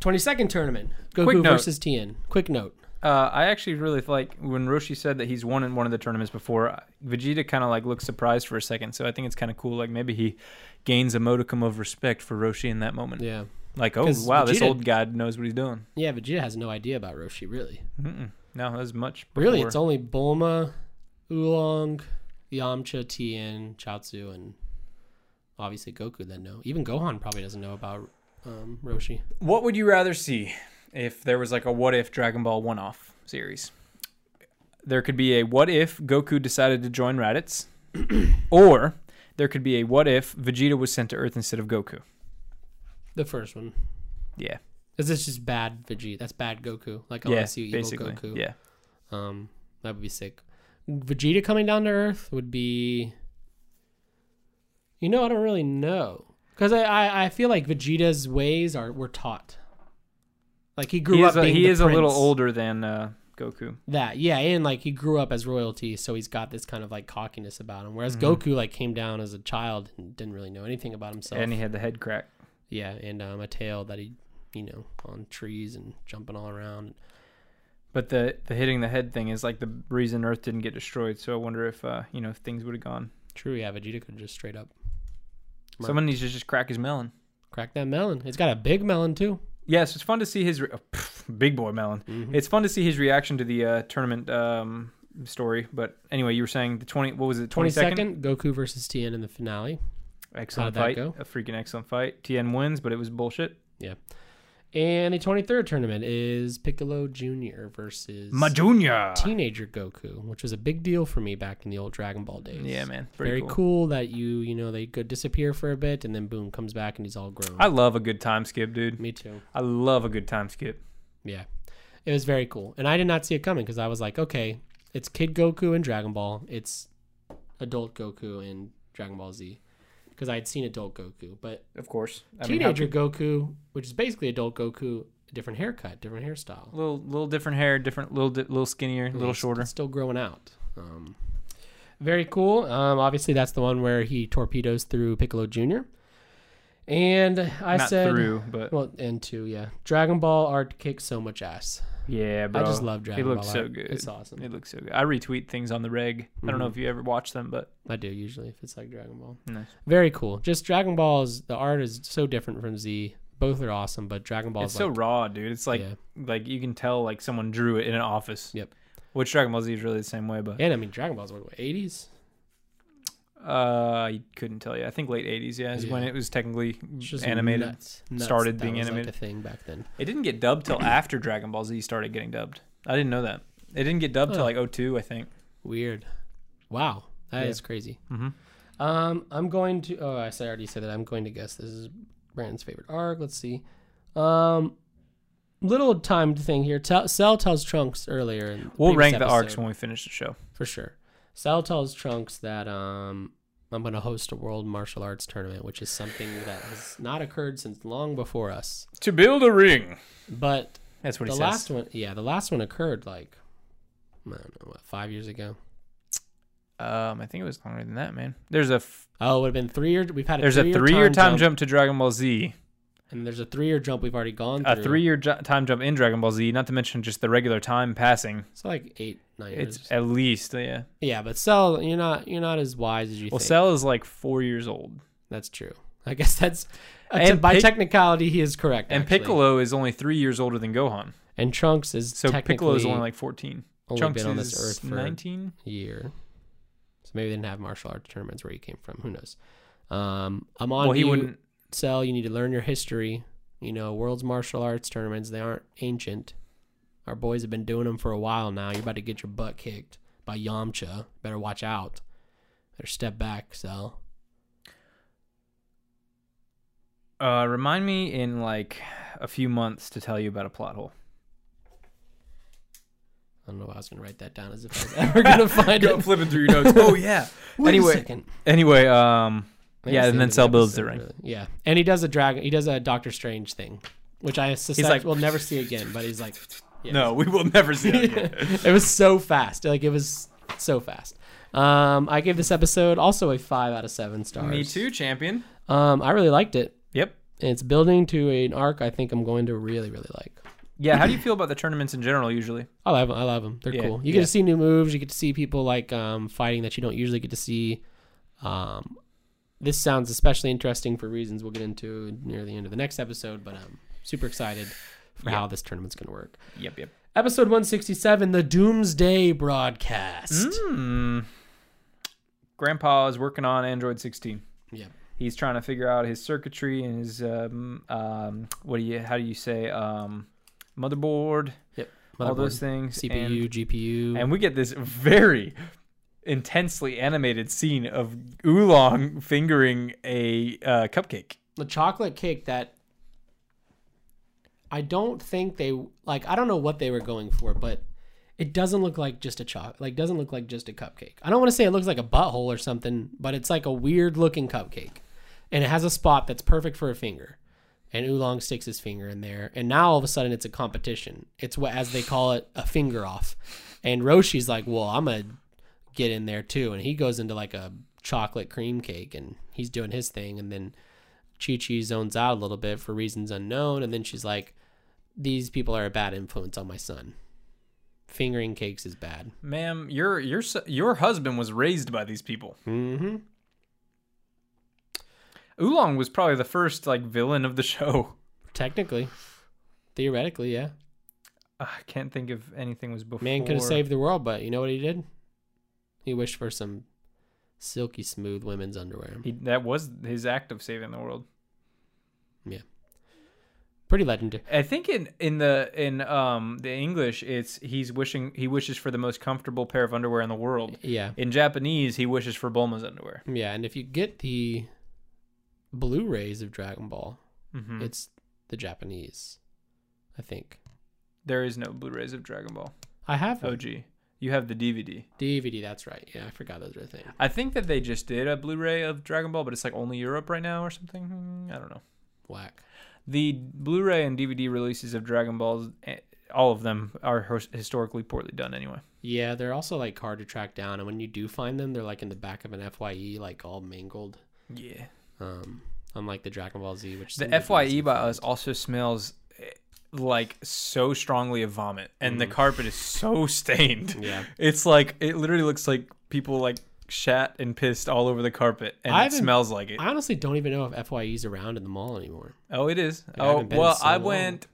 Speaker 2: 22nd tournament. Goku
Speaker 1: Quick note.
Speaker 2: versus Tien. Quick note.
Speaker 1: Uh, I actually really like when Roshi said that he's won in one of the tournaments before. uh, Vegeta kind of like looked surprised for a second, so I think it's kind of cool. Like maybe he gains a modicum of respect for Roshi in that moment.
Speaker 2: Yeah.
Speaker 1: Like, oh
Speaker 2: 'Cause
Speaker 1: wow, this
Speaker 2: Vegeta-
Speaker 1: old guy knows what he's doing.
Speaker 2: Yeah, Vegeta has no idea about Roshi, really.
Speaker 1: Mm-mm. No, that was much. Before.
Speaker 2: Really, it's only Bulma, Oolong, Yamcha, Tien, Chaozu, and obviously Goku that know. Even Gohan probably doesn't know about um, Roshi.
Speaker 1: What would you rather see if there was like a what if Dragon Ball one off series? There could be a what if Goku decided to join Raditz, or there could be a what if Vegeta was sent to Earth instead of Goku.
Speaker 2: The first one.
Speaker 1: Yeah,
Speaker 2: Because it's just bad Vegeta. That's bad Goku. Like, I
Speaker 1: yeah,
Speaker 2: want to see evil
Speaker 1: basically,
Speaker 2: Goku.
Speaker 1: yeah.
Speaker 2: Um, that would be sick. Vegeta coming down to Earth would be. You know, I don't really know because I, I I feel like Vegeta's ways are were taught. Like he grew
Speaker 1: He
Speaker 2: up.
Speaker 1: is, a,
Speaker 2: being
Speaker 1: he
Speaker 2: the
Speaker 1: is a little
Speaker 2: prince.
Speaker 1: older than uh, Goku.
Speaker 2: That yeah, and like he grew up as royalty, so he's got this kind of like cockiness about him. Whereas
Speaker 1: Mm-hmm.
Speaker 2: Goku like came down as a child and didn't really know anything about himself.
Speaker 1: And he had the head crack.
Speaker 2: yeah, and um, a tail that he, you know, on trees and jumping all around.
Speaker 1: But the, the hitting the head thing is like the reason Earth didn't get destroyed. So I wonder if uh, you know if things would have gone.
Speaker 2: True, yeah, Vegeta could just straight up Right.
Speaker 1: Someone needs to just crack his melon.
Speaker 2: crack that melon. It's got a big melon too.
Speaker 1: Yes, it's fun to see his re- oh, pff, big boy melon. It's fun to see his reaction to the uh, tournament um, story. But anyway, you were saying the twenty. What was it?
Speaker 2: Twenty
Speaker 1: Twenty second.
Speaker 2: second, Goku versus Tien in the finale,
Speaker 1: Excellent
Speaker 2: How
Speaker 1: fight.
Speaker 2: did that
Speaker 1: A freaking excellent fight. Tien wins, but it was bullshit.
Speaker 2: and the twenty third tournament is Piccolo Junior versus
Speaker 1: My junior.
Speaker 2: teenager Goku, which was a big deal for me back in the old Dragon Ball days.
Speaker 1: Yeah, man. Pretty
Speaker 2: very
Speaker 1: cool.
Speaker 2: cool. that you you know they go disappear for a bit and then boom comes back and he's all grown.
Speaker 1: I love a good time skip, dude.
Speaker 2: Me too.
Speaker 1: I love a good time skip.
Speaker 2: Yeah, it was very cool, and I did not see it coming because I was like, okay, it's Kid Goku and Dragon Ball, it's adult Goku and Dragon Ball Z, because I had seen adult Goku, but
Speaker 1: Of course. I mean, how
Speaker 2: teenager Goku, which is basically adult Goku, different haircut, different hairstyle,
Speaker 1: little little different hair, different little di- little skinnier,
Speaker 2: Yeah,
Speaker 1: little
Speaker 2: it's-
Speaker 1: shorter.
Speaker 2: it's still growing out. Um, very cool. Um, obviously, that's the one where he torpedoes through Piccolo Jr. And I
Speaker 1: Not
Speaker 2: said,
Speaker 1: through, but
Speaker 2: well, and two, yeah. Dragon Ball art kicks so much ass.
Speaker 1: yeah, bro.
Speaker 2: I just love Dragon
Speaker 1: It looks
Speaker 2: Ball.
Speaker 1: so
Speaker 2: art.
Speaker 1: good.
Speaker 2: It's awesome.
Speaker 1: It looks so good. I retweet things on the reg. I don't know
Speaker 2: Mhm.
Speaker 1: if you ever watch them, but
Speaker 2: I do usually if it's like Dragon Ball.
Speaker 1: Nice.
Speaker 2: Very cool. Just Dragon Ball is the art is so different from Z. Both are awesome, but Dragon Ball
Speaker 1: it's
Speaker 2: is
Speaker 1: so
Speaker 2: like,
Speaker 1: raw, dude. It's like
Speaker 2: yeah.
Speaker 1: like you can tell like someone drew it in an office.
Speaker 2: Yep.
Speaker 1: Which Dragon Ball Z is really the same way, but
Speaker 2: And I mean, Dragon Ball's what, what 80s?
Speaker 1: uh, I couldn't tell you. I think late '80s, yeah, is when
Speaker 2: Yeah.
Speaker 1: it was technically
Speaker 2: It's just
Speaker 1: animated.
Speaker 2: nuts, nuts
Speaker 1: Started
Speaker 2: that
Speaker 1: being
Speaker 2: was, like,
Speaker 1: animated.
Speaker 2: a thing back then.
Speaker 1: It didn't get dubbed till after Dragon Ball Z started getting dubbed. I didn't know that. It didn't get dubbed till
Speaker 2: Huh.
Speaker 1: like 02, I think.
Speaker 2: Weird. Wow. that is
Speaker 1: Yeah.
Speaker 2: crazy.
Speaker 1: Mhm.
Speaker 2: Um, I'm going to. Oh, I s- I already said that. I'm going to guess this is Brandon's favorite arc. Let's see. Um, little timed thing here. Tell, Cell tells Trunks earlier. In the
Speaker 1: We'll
Speaker 2: previous
Speaker 1: rank the arcs
Speaker 2: episode,
Speaker 1: when we finish the show.
Speaker 2: for sure. Cell tells Trunks that um, I'm going to host a world martial arts tournament, which is something that has not occurred since long before us.
Speaker 1: To build a ring.
Speaker 2: But
Speaker 1: That's what
Speaker 2: the
Speaker 1: he
Speaker 2: last
Speaker 1: says.
Speaker 2: one, yeah, the last one occurred like I don't know what five years ago.
Speaker 1: Um, I think it was longer than that, man. There's a f-
Speaker 2: Oh, it would have been three year. We've had a
Speaker 1: there's a
Speaker 2: three-year
Speaker 1: three-year time,
Speaker 2: jump.
Speaker 1: jump. to Dragon Ball Z,
Speaker 2: And there's a three year jump we've already gone through.
Speaker 1: a three-year ju- time jump in Dragon Ball Z. Not to mention just the regular time passing.
Speaker 2: So like eight, nine years.
Speaker 1: It's at least yeah.
Speaker 2: yeah, but Cell, you're not you're not as wise as you
Speaker 1: Well,
Speaker 2: think.
Speaker 1: Cell is like four years old,
Speaker 2: that's true. I guess that's uh,
Speaker 1: And
Speaker 2: by
Speaker 1: Pic-
Speaker 2: technicality he is correct.
Speaker 1: and
Speaker 2: actually.
Speaker 1: Piccolo is only three years older than Gohan.
Speaker 2: and Trunks is
Speaker 1: So
Speaker 2: technically
Speaker 1: Piccolo is only like fourteen.
Speaker 2: only
Speaker 1: Trunks
Speaker 2: been on
Speaker 1: is
Speaker 2: this earth for
Speaker 1: nineteen.
Speaker 2: a year. So maybe they didn't have martial arts tournaments where he came from. Who knows? Um, I'm on
Speaker 1: Well, he
Speaker 2: you,
Speaker 1: wouldn't.
Speaker 2: Cell. You need to learn your history. You know, world's martial arts tournaments they aren't ancient. Our boys have been doing them for a while now. You're about to get your butt kicked by Yamcha. Better watch out. Better step back, Cell.
Speaker 1: Uh, remind me in like a few months to tell you about a plot hole.
Speaker 2: I don't know why I was gonna write that down as if I was ever gonna find
Speaker 1: Go
Speaker 2: it.
Speaker 1: flipping through your notes. oh yeah.
Speaker 2: Wait a
Speaker 1: anyway,
Speaker 2: second.
Speaker 1: anyway, um,
Speaker 2: I think
Speaker 1: Yeah,
Speaker 2: that's
Speaker 1: and
Speaker 2: the
Speaker 1: then
Speaker 2: end of
Speaker 1: Cell builds the
Speaker 2: episode,
Speaker 1: ring.
Speaker 2: really. Yeah, and he does a dragon. He does a Doctor Strange thing, which I suspect
Speaker 1: like-
Speaker 2: we'll never see again. But he's like, yeah.
Speaker 1: No, we will never see it again.
Speaker 2: it was so fast. Like it was so fast. Um, I gave this episode also a five out of seven stars.
Speaker 1: Me too, champion.
Speaker 2: Um, I really liked it.
Speaker 1: Yep.
Speaker 2: It's building to an arc I think I'm going to really, really like.
Speaker 1: Yeah, how do you feel about the tournaments in general usually?
Speaker 2: I love them. I love them. They're
Speaker 1: Yeah,
Speaker 2: cool. You
Speaker 1: yeah.
Speaker 2: get to see new moves. You get to see people like um, fighting that you don't usually get to see. Um, this sounds especially interesting for reasons we'll get into near the end of the next episode, but I'm super excited for how this tournament's going to work.
Speaker 1: Yep, yep.
Speaker 2: Episode 167 The Doomsday Broadcast.
Speaker 1: Hmm. Grandpa is working on Android 16.
Speaker 2: Yep.
Speaker 1: He's trying to figure out his circuitry and his um, um what do you how do you say um motherboard,
Speaker 2: Yep.
Speaker 1: all those
Speaker 2: Motherboard,
Speaker 1: things
Speaker 2: CPU,
Speaker 1: and-
Speaker 2: GPU.
Speaker 1: And we get this very intensely animated scene of Oolong fingering a uh, cupcake.
Speaker 2: the chocolate cake that I don't think they like. I don't know what they were going for, but it doesn't look like just a choc. Like doesn't look like just a cupcake. I don't want to say it looks like a butthole or something, but it's like a weird looking cupcake, and it has a spot that's perfect for a finger. And Oolong sticks his finger in there, and now all of a sudden it's a competition. It's what as they call it a finger off. And Roshi's like, "Well, I'm gonna get in there too," and he goes into like a chocolate cream cake, and he's doing his thing, and then. Chi Chi zones out a little bit for reasons unknown, and then she's like, "These people are a bad influence on my son. Fingering cakes is bad."
Speaker 1: Ma'am, your your s- your husband was raised by these people.
Speaker 2: Mm-hmm.
Speaker 1: Oolong was probably the first like villain of the show.
Speaker 2: Technically, theoretically, yeah,
Speaker 1: I can't think of anything was before.
Speaker 2: man could have saved the world, but you know what he did? He wished for some silky smooth women's underwear.
Speaker 1: He, that was his act of saving the world.
Speaker 2: Pretty legendary.
Speaker 1: I think in in the in um the English, it's he's wishing he wishes for the most comfortable pair of underwear in the world.
Speaker 2: Yeah,
Speaker 1: In Japanese, he wishes for Bulma's underwear.
Speaker 2: yeah. And if you get the Blu-rays of Dragon Ball,
Speaker 1: hmm
Speaker 2: it's the Japanese, I think.
Speaker 1: There is no Blu-rays of Dragon Ball
Speaker 2: I have a
Speaker 1: OG. You have the DVD.
Speaker 2: DVD. That's right. Yeah, I forgot those were a thing.
Speaker 1: I think that they just did a Blu-ray of Dragon Ball, but it's like only Europe right now or something. Hmm, I don't know.
Speaker 2: Whack.
Speaker 1: The Blu-ray and DVD releases of Dragon Balls, eh, all of them are his- historically poorly done anyway.
Speaker 2: Yeah, they're also like hard to track down, and when you do find them, they're like in the back of an Fye, like all mangled.
Speaker 1: Yeah.
Speaker 2: Um, unlike the Dragon Ball Z, which
Speaker 1: The
Speaker 2: seems to be
Speaker 1: Fye
Speaker 2: easy
Speaker 1: by
Speaker 2: to
Speaker 1: us
Speaker 2: find.
Speaker 1: also smells eh, like so strongly of vomit, and the carpet is so stained.
Speaker 2: Mm. Yeah,
Speaker 1: It's like it literally looks like people like shat and pissed all over the carpet, and
Speaker 2: I
Speaker 1: it
Speaker 2: haven't-
Speaker 1: smells like it.
Speaker 2: I honestly don't even know if Fye's around in the mall anymore.
Speaker 1: oh, it is.
Speaker 2: I
Speaker 1: oh
Speaker 2: haven't been in
Speaker 1: well,
Speaker 2: so
Speaker 1: I
Speaker 2: long.
Speaker 1: went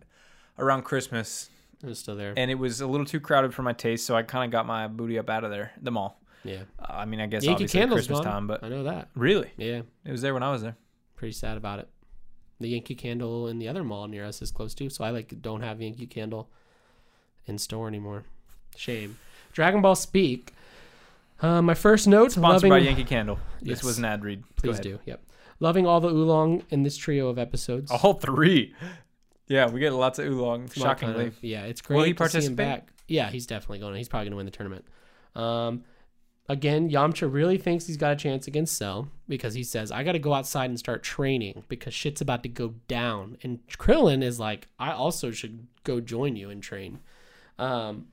Speaker 1: around Christmas,
Speaker 2: It was still there.
Speaker 1: and it was a little too crowded for my taste, so I kind of got my booty up out of there, the mall.
Speaker 2: yeah,
Speaker 1: Uh, I mean, I guess
Speaker 2: Yankee
Speaker 1: obviously
Speaker 2: Candle's
Speaker 1: Christmas
Speaker 2: gone.
Speaker 1: time, but
Speaker 2: I know that.
Speaker 1: really,
Speaker 2: Yeah,
Speaker 1: it was there when I was there.
Speaker 2: pretty sad about it. The Yankee Candle in the other mall near us is closed too, so I like don't have Yankee Candle in store anymore. Shame. Dragon Ball Speak. Uh, my first note.
Speaker 1: Sponsored
Speaker 2: loving...
Speaker 1: by Yankee Candle. This
Speaker 2: Yes.
Speaker 1: was an ad read. Go
Speaker 2: Please
Speaker 1: ahead.
Speaker 2: do. Yep. Loving all the oolong in this trio of episodes.
Speaker 1: All three. Yeah, we get lots of oolong.
Speaker 2: Well, kind
Speaker 1: shockingly.
Speaker 2: of. yeah, it's great
Speaker 1: Will he
Speaker 2: to see
Speaker 1: participate?
Speaker 2: him back. Yeah, he's definitely going. to. He's probably going to win the tournament. Um, again, Yamcha really thinks he's got a chance against Cell because he says, "I got to go outside and start training because shit's about to go down." And Krillin is like, "I also should go join you and train." Um,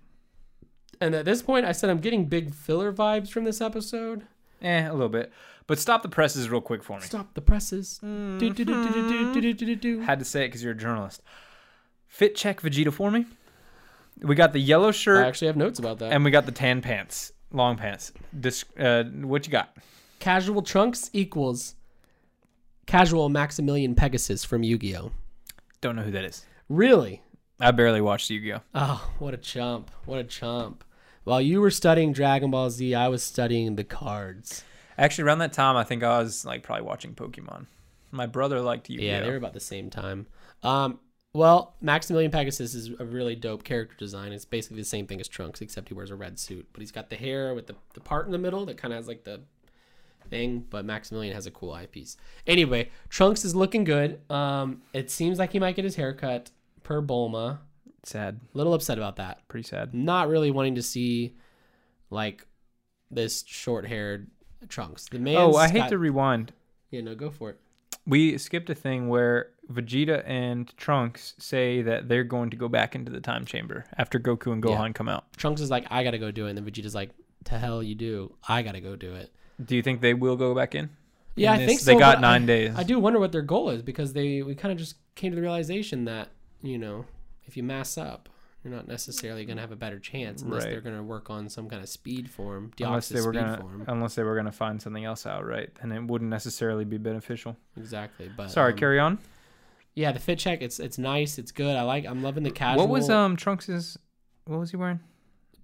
Speaker 2: and at this point, I said, "I'm getting big filler vibes from this episode."
Speaker 1: Eh, a little bit. But stop the presses real quick for me.
Speaker 2: Stop the presses. Do, do, do, do, do, do, do, do, do, do.
Speaker 1: Had to say it because you're a journalist. Fit check Vegeta for me. We got the yellow
Speaker 2: I
Speaker 1: shirt
Speaker 2: actually have notes about that.
Speaker 1: and we got the tan pants, long pants. Dis- uh, what you got?
Speaker 2: Casual Trunks equals Casual Maximilian Pegasus from Yu Gi Oh!
Speaker 1: Don't know who that is.
Speaker 2: Really?
Speaker 1: I barely watched Yu-Gi-Oh.
Speaker 2: Oh, what a chump. What a chump. While you were studying Dragon Ball Z, I was studying the cards.
Speaker 1: Actually, around that time, I think I was like probably watching Pokemon. My brother liked Yu-Gi-Oh.
Speaker 2: Yeah, they were about the same time. Um, well, Maximilian Pegasus is a really dope character design. It's basically the same thing as Trunks, except he wears a red suit. But he's got the hair with the, the part in the middle that kind of has like the thing. But Maximilian has a cool eyepiece. Anyway, Trunks is looking good. Um, it seems like he might get his hair cut per Bulma.
Speaker 1: sad,
Speaker 2: Little upset about that.
Speaker 1: pretty sad.
Speaker 2: Not really wanting to see like this short haired Trunks. Oh, The man.
Speaker 1: Oh, I hate to rewind.
Speaker 2: You know, go for it.
Speaker 1: We skipped a thing where Vegeta and Trunks say that they're going to go back into the time chamber after Goku and
Speaker 2: Yeah.
Speaker 1: Gohan come out.
Speaker 2: Trunks is like, I gotta go do it, and then Vegeta's like, to hell you do. I gotta go do it.
Speaker 1: Do you think they will go back in?
Speaker 2: Yeah,
Speaker 1: In
Speaker 2: I
Speaker 1: this-
Speaker 2: think so.
Speaker 1: they got
Speaker 2: but I-
Speaker 1: nine days.
Speaker 2: I do wonder what their goal is because they we kind of just came to the realization that you know if you mass up, you're not necessarily going to have a better chance unless
Speaker 1: Right.
Speaker 2: they're going to work on some kind of speed form,
Speaker 1: unless
Speaker 2: Deoxys
Speaker 1: they were
Speaker 2: speed
Speaker 1: gonna
Speaker 2: form,
Speaker 1: unless they were gonna find something else out, right? And it wouldn't necessarily be beneficial.
Speaker 2: exactly. But
Speaker 1: Sorry,
Speaker 2: um,
Speaker 1: carry on.
Speaker 2: Yeah, the fit check. It's it's nice. It's good. I like. I'm loving the casual
Speaker 1: What was um Trunks's? What was he wearing?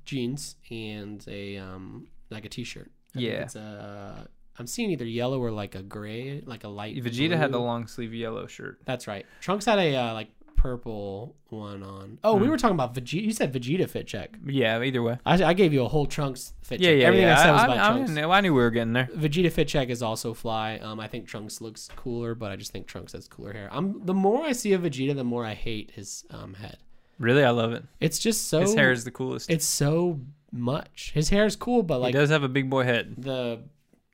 Speaker 2: jeans and a um like a t-shirt. I think
Speaker 1: Yeah.
Speaker 2: it's a. I'm seeing either yellow or like a gray, like a light.
Speaker 1: Vegeta had the
Speaker 2: blue.
Speaker 1: long sleeve yellow shirt.
Speaker 2: That's right. Trunks had a uh, like purple one on. Oh, we
Speaker 1: Hmm.
Speaker 2: were talking about Vegeta. You said Vegeta fit check.
Speaker 1: Yeah, either way.
Speaker 2: I, I gave you a whole Trunks fit
Speaker 1: Yeah,
Speaker 2: check.
Speaker 1: yeah,
Speaker 2: Everything
Speaker 1: yeah.
Speaker 2: I said was
Speaker 1: I,
Speaker 2: about
Speaker 1: I, I,
Speaker 2: Trunks.
Speaker 1: knew, I knew we were getting there.
Speaker 2: Vegeta fit check is also fly. Um, I think Trunks looks cooler, but I just think Trunks has cooler hair. I'm the more I see of Vegeta, the more I hate his um head.
Speaker 1: Really, I love it.
Speaker 2: It's just so
Speaker 1: His hair is the coolest.
Speaker 2: it's so much. His hair is cool, but
Speaker 1: he
Speaker 2: like
Speaker 1: does have a big boy head.
Speaker 2: the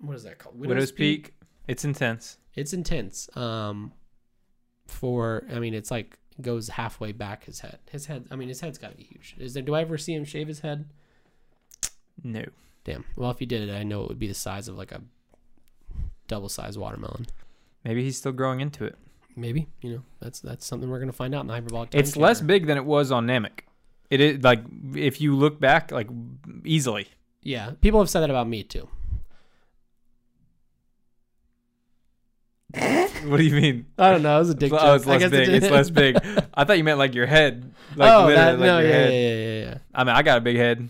Speaker 2: what is that called?
Speaker 1: Widow's, peak. It's intense.
Speaker 2: It's intense. Um, for I mean, it's like goes halfway back his head. His head. I mean, his head's got to be huge. Is there? Do I ever see him shave his head?
Speaker 1: No.
Speaker 2: Damn. Well, if he did it, I know it would be the size of like a double-sized watermelon.
Speaker 1: Maybe he's still growing into it.
Speaker 2: Maybe you know that's that's something we're gonna find out in the hyperbolic. Time
Speaker 1: It's less
Speaker 2: chamber.
Speaker 1: big than it was on Namek. It is like if you look back, like easily.
Speaker 2: Yeah, people have said that about me too.
Speaker 1: What do you mean?
Speaker 2: I don't know. It was a dick joke.
Speaker 1: oh, it's
Speaker 2: I
Speaker 1: less
Speaker 2: guess it
Speaker 1: big. It's
Speaker 2: did.
Speaker 1: less big. I thought you meant like your head. Like
Speaker 2: oh,
Speaker 1: literally
Speaker 2: that,
Speaker 1: like
Speaker 2: no,
Speaker 1: your
Speaker 2: yeah,
Speaker 1: head.
Speaker 2: yeah, yeah, yeah,
Speaker 1: I mean I got a big head.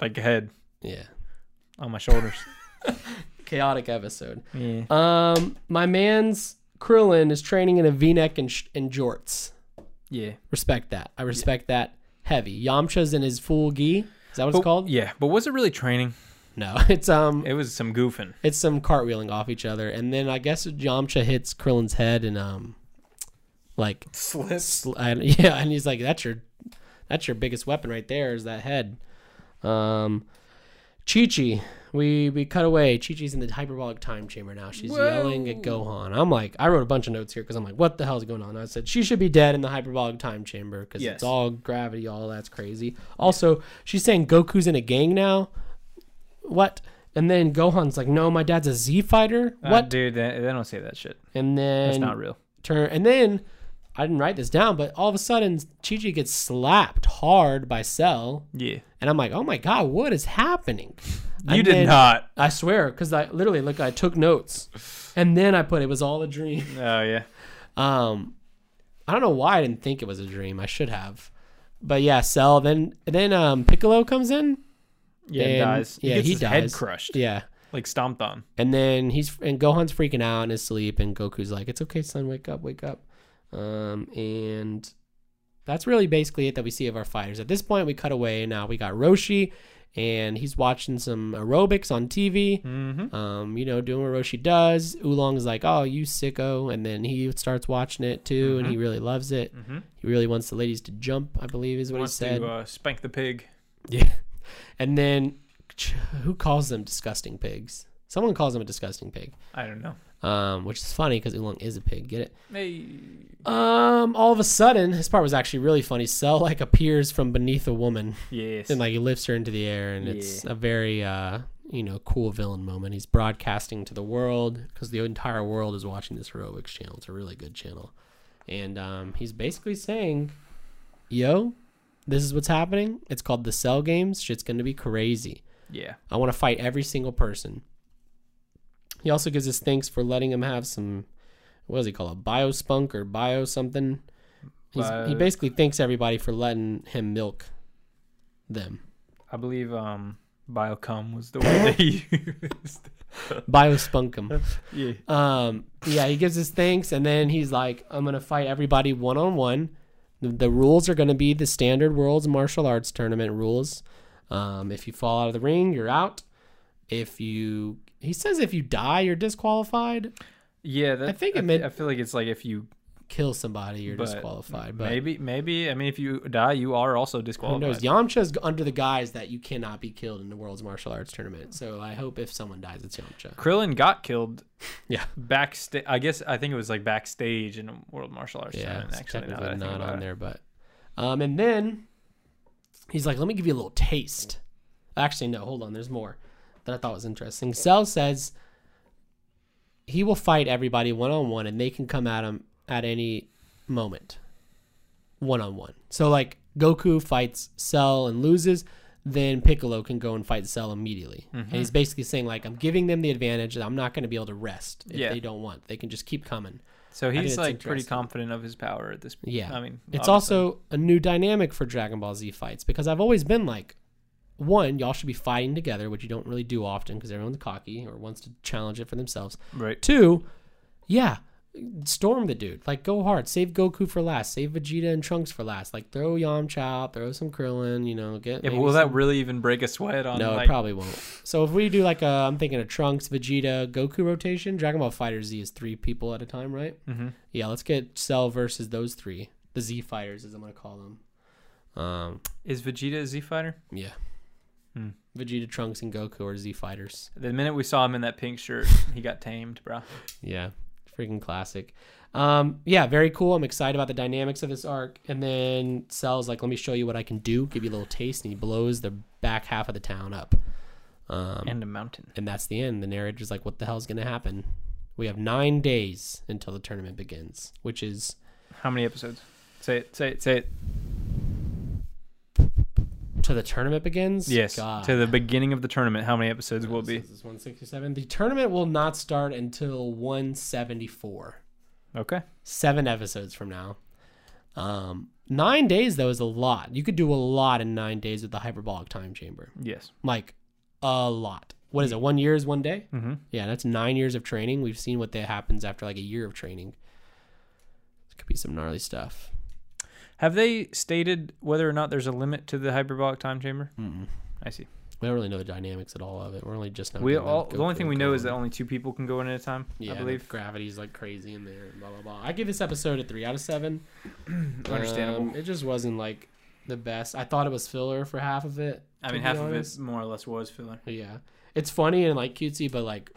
Speaker 1: Like a head
Speaker 2: yeah. Yeah.
Speaker 1: on my shoulders.
Speaker 2: Chaotic episode.
Speaker 1: yeah.
Speaker 2: Um, my man's Krillin is training in a V-neck and sh- and jorts.
Speaker 1: Yeah.
Speaker 2: Respect that. I respect that. Heavy. Yamcha's in his full gi. Is that what it's
Speaker 1: But-
Speaker 2: called?
Speaker 1: Oh, Yeah. But was it really training?
Speaker 2: No, it's um,
Speaker 1: It was some goofing.
Speaker 2: it's some cartwheeling off each other, and then I guess Yamcha hits Krillin's head and um, like
Speaker 1: Slips.
Speaker 2: sl- I, yeah, and he's like, "That's your, that's your biggest weapon right there is that head." Um, Chi Chi, we we cut away. Chi Chi's in the hyperbolic time chamber now. She's yelling at Gohan. I'm like, I wrote a bunch of notes here because I'm like, what the hell is going on? I said she should be dead in the hyperbolic time chamber because
Speaker 1: Yes.
Speaker 2: it's all gravity, all that's crazy. Also, she's saying Goku's in a gang now. What? And then Gohan's like, no, my dad's a Z fighter.
Speaker 1: What?
Speaker 2: What?
Speaker 1: Uh, dude, they, they don't say that shit.
Speaker 2: and then
Speaker 1: That's not real.
Speaker 2: turn and then I didn't write this down, but all of a sudden Chi Chi gets slapped hard by Cell,
Speaker 1: Yeah.
Speaker 2: and I'm like, oh my god, what is happening?
Speaker 1: You
Speaker 2: And
Speaker 1: did
Speaker 2: then-
Speaker 1: not.
Speaker 2: I swear, because I literally look, I took notes, and then I put it was all a dream.
Speaker 1: Oh yeah.
Speaker 2: Um, I don't know why I didn't think it was a dream. I should have, but yeah, Cell. Then then um Piccolo comes in.
Speaker 1: Yeah,
Speaker 2: and-
Speaker 1: he dies.
Speaker 2: Yeah, he,
Speaker 1: gets his
Speaker 2: dies.
Speaker 1: head crushed.
Speaker 2: Yeah.
Speaker 1: Like stomped on.
Speaker 2: And then he's and Gohan's freaking out in his sleep, and Goku's like, "It's okay, son, wake up, wake up." Um, and that's really basically it that we see of our fighters at this point. We cut away now. We got Roshi, and he's watching some aerobics on TV.
Speaker 1: Mm-hmm.
Speaker 2: Um, you know, doing what Roshi does. Oolong's like, "Oh, you sicko!" And then he starts watching it too, and he really loves it.
Speaker 1: Mm-hmm.
Speaker 2: He really wants the ladies to jump. I believe is what
Speaker 1: Wants
Speaker 2: he said.
Speaker 1: to uh, spank the pig.
Speaker 2: Yeah. And then who calls them disgusting pigs? Someone calls them a disgusting pig
Speaker 1: I don't know.
Speaker 2: um, which is funny because Oolong is a pig. Get it?
Speaker 1: Hey.
Speaker 2: Um, all of a sudden, this part was actually really funny. Cell like appears from beneath a woman
Speaker 1: Yes.
Speaker 2: and like he lifts her into the air, and it's a very uh, you know cool villain moment. He's broadcasting to the world because the entire world is watching this aerobics channel. It's a really good channel, and um, he's basically saying, "Yo, this is what's happening. It's called the Cell Games. Shit's gonna be crazy."
Speaker 1: yeah.
Speaker 2: I want to fight every single person. He also gives us thanks for letting him have some, what does he call it, biospunk or bio something. He's, he
Speaker 1: Bio-
Speaker 2: basically thanks everybody for letting him milk them.
Speaker 1: I believe um Biocom was the word that he used.
Speaker 2: Biospunk him.
Speaker 1: Yeah.
Speaker 2: Um, yeah, he gives his thanks, and then he's like, "I'm gonna fight everybody one on one. The- The rules are gonna be the standard world's martial arts tournament rules. Um, if you fall out of the ring, you're out. If you, he says, if you die, you're disqualified.
Speaker 1: Yeah, that,
Speaker 2: think it
Speaker 1: fe-
Speaker 2: meant-
Speaker 1: I feel like it's like if you
Speaker 2: kill somebody, you're
Speaker 1: But
Speaker 2: disqualified. But
Speaker 1: Maybe, maybe. I mean, if you die, you are also
Speaker 2: who knows?
Speaker 1: disqualified.
Speaker 2: Yamcha's under the guise that you cannot be killed in the world's martial arts tournament. So I hope if someone dies, it's Yamcha.
Speaker 1: Krillin got killed.
Speaker 2: Yeah.
Speaker 1: Backstage. I guess I think it was like backstage in a World Martial Arts
Speaker 2: Yeah,
Speaker 1: tournament.
Speaker 2: it's
Speaker 1: Actually, now that I
Speaker 2: technically
Speaker 1: think
Speaker 2: not
Speaker 1: about
Speaker 2: on
Speaker 1: it.
Speaker 2: there, but um, and then he's like, "Let me give you a little taste." Actually, no, hold on. There's more that I thought was interesting. Cell says he will fight everybody one on one, and they can come at him at any moment, one on one. So like Goku fights Cell and loses. Then Piccolo can go and fight Cell immediately, and
Speaker 1: Mm-hmm.
Speaker 2: he's basically saying like, "I'm giving them the advantage that I'm not going to be able to rest if
Speaker 1: Yeah.
Speaker 2: they don't want. They can just keep coming."
Speaker 1: So
Speaker 2: think
Speaker 1: he's
Speaker 2: it's
Speaker 1: like pretty
Speaker 2: interesting.
Speaker 1: confident of his power at this point.
Speaker 2: Yeah.
Speaker 1: I mean,
Speaker 2: It's
Speaker 1: obviously.
Speaker 2: also a new dynamic for Dragon Ball Z fights because I've always been like, one, y'all should be fighting together, which you don't really do often because everyone's cocky or wants to challenge it for themselves.
Speaker 1: right.
Speaker 2: Two, yeah, storm the dude. Like, go hard. Save Goku for last. Save Vegeta and Trunks for last. Like, throw Yamcha out, throw some Krillin, you know, get.
Speaker 1: Yeah, but
Speaker 2: maybe
Speaker 1: will that
Speaker 2: some-
Speaker 1: really even break a sweat on?
Speaker 2: No,
Speaker 1: like,
Speaker 2: it probably won't. So if we do like a, I'm thinking a Trunks, Vegeta, Goku rotation, Dragon Ball Fighter Z is three people at a time, right?
Speaker 1: hmm
Speaker 2: Yeah, let's get Cell versus those three. The Z Fighters, as I'm gonna call them. Um,
Speaker 1: Is Vegeta a Z fighter?
Speaker 2: yeah.
Speaker 1: Hmm.
Speaker 2: Vegeta, Trunks, and Goku are Z Fighters.
Speaker 1: The minute we saw him in that pink shirt, he got tamed, bro.
Speaker 2: Yeah, freaking classic. Um, yeah, very cool. I'm excited about the dynamics of this arc. And then Cell's like, "Let me show you what I can do. Give you a little taste." And he blows the back half of the town up. Um,
Speaker 1: And a mountain.
Speaker 2: and that's the end. The narrator's like, "What the hell's gonna happen?" We have nine days until the tournament begins, which is
Speaker 1: How many episodes? Say it. Say it. Say it.
Speaker 2: till the tournament begins.
Speaker 1: Yes.
Speaker 2: God.
Speaker 1: To the beginning of the tournament, how many episodes will
Speaker 2: This
Speaker 1: be?
Speaker 2: is- this is 167. The tournament will not start until 174.
Speaker 1: Okay.
Speaker 2: Seven episodes from now. Um, nine days though is a lot. You could do a lot in nine days with the hyperbolic time chamber.
Speaker 1: Yes.
Speaker 2: Like a lot. What is it? One year is one day.
Speaker 1: Mm-hmm.
Speaker 2: Yeah, that's nine years of training. We've seen what that happens after like a year of training. This could be some gnarly stuff.
Speaker 1: Have they stated whether or not there's a limit to the hyperbolic time chamber? I see.
Speaker 2: Mm-hmm. We don't really know the dynamics at all of it. We're only just now.
Speaker 1: we
Speaker 2: getting
Speaker 1: all the
Speaker 2: Goku
Speaker 1: only thing
Speaker 2: and
Speaker 1: we know is
Speaker 2: Krillin.
Speaker 1: that only two people can go in at a time.
Speaker 2: Yeah,
Speaker 1: I
Speaker 2: the
Speaker 1: believe.
Speaker 2: gravity's like crazy in there. Blah blah blah. I give this episode a three out of seven.
Speaker 1: Understandable.
Speaker 2: Um, it just wasn't like the best. I thought it was filler for half of it.
Speaker 1: I
Speaker 2: to
Speaker 1: mean,
Speaker 2: be
Speaker 1: half
Speaker 2: honest.
Speaker 1: of it more or less was filler.
Speaker 2: Yeah, it's funny and like cutesy, but like,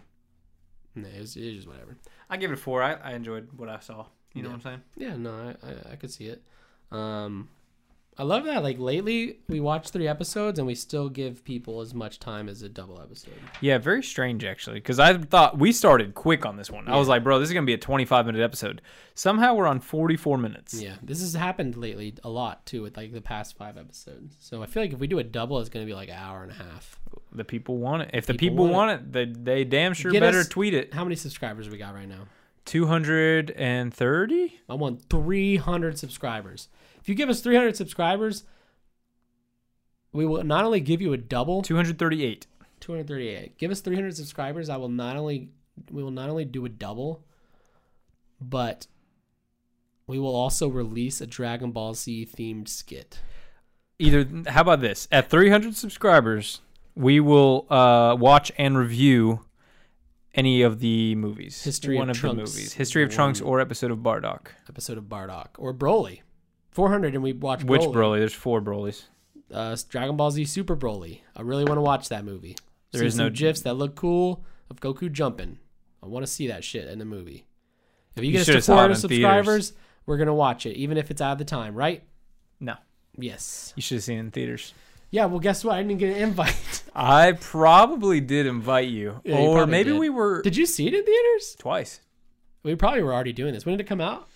Speaker 2: nah, it was, it was just whatever.
Speaker 1: I give it a four. I, I enjoyed what I saw. You know
Speaker 2: Yeah.
Speaker 1: what I'm saying?
Speaker 2: Yeah, no, I, I I could see it. Um, I love that. Like lately, we watch three episodes and we still give people as much time as a double episode.
Speaker 1: Yeah, very strange actually, because I thought we started quick on this one. I was
Speaker 2: Yeah.
Speaker 1: like, bro, this is gonna be a 25 minute episode. Somehow we're on 44 minutes.
Speaker 2: Yeah, this has happened lately a lot too with like the past five episodes. So I feel like if we do a double, it's gonna be like an hour and a half.
Speaker 1: The people want it. If the people,
Speaker 2: People want
Speaker 1: want it, they they damn sure
Speaker 2: Get
Speaker 1: better
Speaker 2: us-
Speaker 1: tweet it.
Speaker 2: How many subscribers we got right now?
Speaker 1: 230.
Speaker 2: I want 300 subscribers. If you give us 300 subscribers, we will not only give you a double
Speaker 1: 238.
Speaker 2: 238. Give us 300 subscribers, I will not only we will not only do a double, but we will also release a Dragon Ball Z themed skit.
Speaker 1: Either how about this? At 300 subscribers, we will uh, watch and review any of the movies.
Speaker 2: History of
Speaker 1: one of the
Speaker 2: Trunks.
Speaker 1: movies. History of Trunks or episode of Bardock.
Speaker 2: Episode of Bardock or Broly. 400 and we watch
Speaker 1: Which
Speaker 2: Broly.
Speaker 1: Broly? There's four Brolys.
Speaker 2: uh, Dragon Ball Z Super Broly. I really want to watch that movie.
Speaker 1: There
Speaker 2: There is
Speaker 1: is
Speaker 2: some
Speaker 1: no-
Speaker 2: gifs that look cool of Goku jumping. I want to see that shit in the movie. If you
Speaker 1: You
Speaker 2: get
Speaker 1: should've
Speaker 2: us to
Speaker 1: saw it
Speaker 2: 400
Speaker 1: in
Speaker 2: subscribers, we're gonna watch it, even if it's out of the time, right?
Speaker 1: No,
Speaker 2: Yes.
Speaker 1: you should have seen it in theaters.
Speaker 2: Yeah. Well, guess what? I didn't get an invite.
Speaker 1: I probably did invite you,
Speaker 2: Yeah, you
Speaker 1: or
Speaker 2: probably
Speaker 1: maybe
Speaker 2: did.
Speaker 1: we were
Speaker 2: Did you see it in theaters?
Speaker 1: twice.
Speaker 2: We probably were already doing this. When did it come out?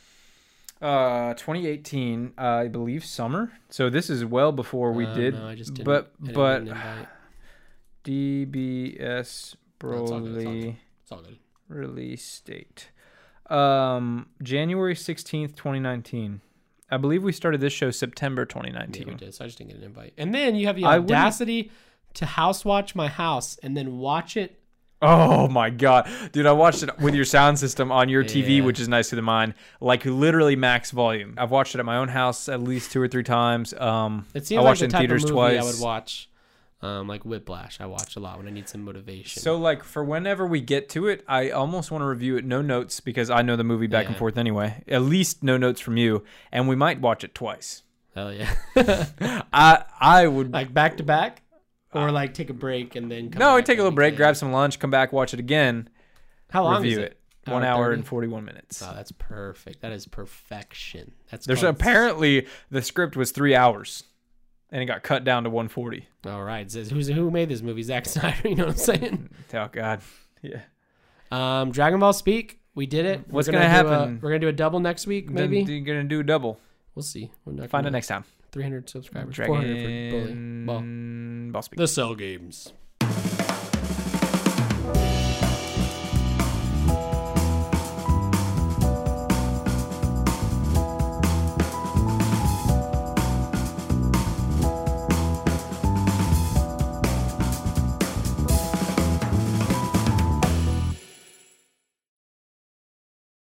Speaker 1: Uh, 2018, I believe summer. So this is well before we
Speaker 2: Uh,
Speaker 1: did.
Speaker 2: No, I just didn't.
Speaker 1: But
Speaker 2: I didn't
Speaker 1: but
Speaker 2: get an invite.
Speaker 1: DBS
Speaker 2: No, it's all good, it's all
Speaker 1: Broly
Speaker 2: good. it's all good.
Speaker 1: release date, um, January 16th, 2019. I believe we started this show September
Speaker 2: Yeah,
Speaker 1: 2019.
Speaker 2: we did. So I just didn't get an invite. And then you have the
Speaker 1: I wouldn't-
Speaker 2: audacity to house watch my house and then watch it
Speaker 1: Oh my god, dude! I watched it with your sound system on your TV,
Speaker 2: Yeah.
Speaker 1: which is nicer than mine. Like literally max volume. I've watched it at my own house at least two or three times. Um,
Speaker 2: It seems
Speaker 1: I watched it
Speaker 2: like the
Speaker 1: in
Speaker 2: type
Speaker 1: theaters
Speaker 2: of movie
Speaker 1: twice.
Speaker 2: I would watch. Um, like Whiplash, I watch a lot when I need some motivation.
Speaker 1: So like for whenever we get to it, I almost want to review it no notes because I know the movie back and
Speaker 2: Yeah.
Speaker 1: forth anyway. At least no notes from you, and we might watch it twice.
Speaker 2: hell yeah,
Speaker 1: I I would
Speaker 2: like back to back, or like take a break and then come
Speaker 1: no, I
Speaker 2: back
Speaker 1: take a
Speaker 2: when
Speaker 1: little
Speaker 2: you
Speaker 1: break,
Speaker 2: can.
Speaker 1: grab some lunch, come back, watch it again,
Speaker 2: How long
Speaker 1: review
Speaker 2: is
Speaker 1: it.
Speaker 2: it?
Speaker 1: One
Speaker 2: Hour
Speaker 1: hour
Speaker 2: 30?
Speaker 1: and forty-one minutes.
Speaker 2: Oh, that's perfect. That is perfection. That's
Speaker 1: There's
Speaker 2: called-
Speaker 1: apparently the script was three hours, and it got cut down to one forty.
Speaker 2: All right, says who's who made this movie? Zack Snyder. You know what I'm saying?
Speaker 1: Oh God, yeah.
Speaker 2: Um, Dragon Ball Speak. We did it. We're
Speaker 1: What's gonna
Speaker 2: do a-
Speaker 1: happen?
Speaker 2: we're gonna do a double next week, maybe.
Speaker 1: Then you're gonna do double.
Speaker 2: we'll see. We're not
Speaker 1: Find
Speaker 2: gonna-
Speaker 1: it next time.
Speaker 2: 300 subscribers. 400 for Bully. Ball.
Speaker 1: Dragon Ball.
Speaker 2: The Cell Games.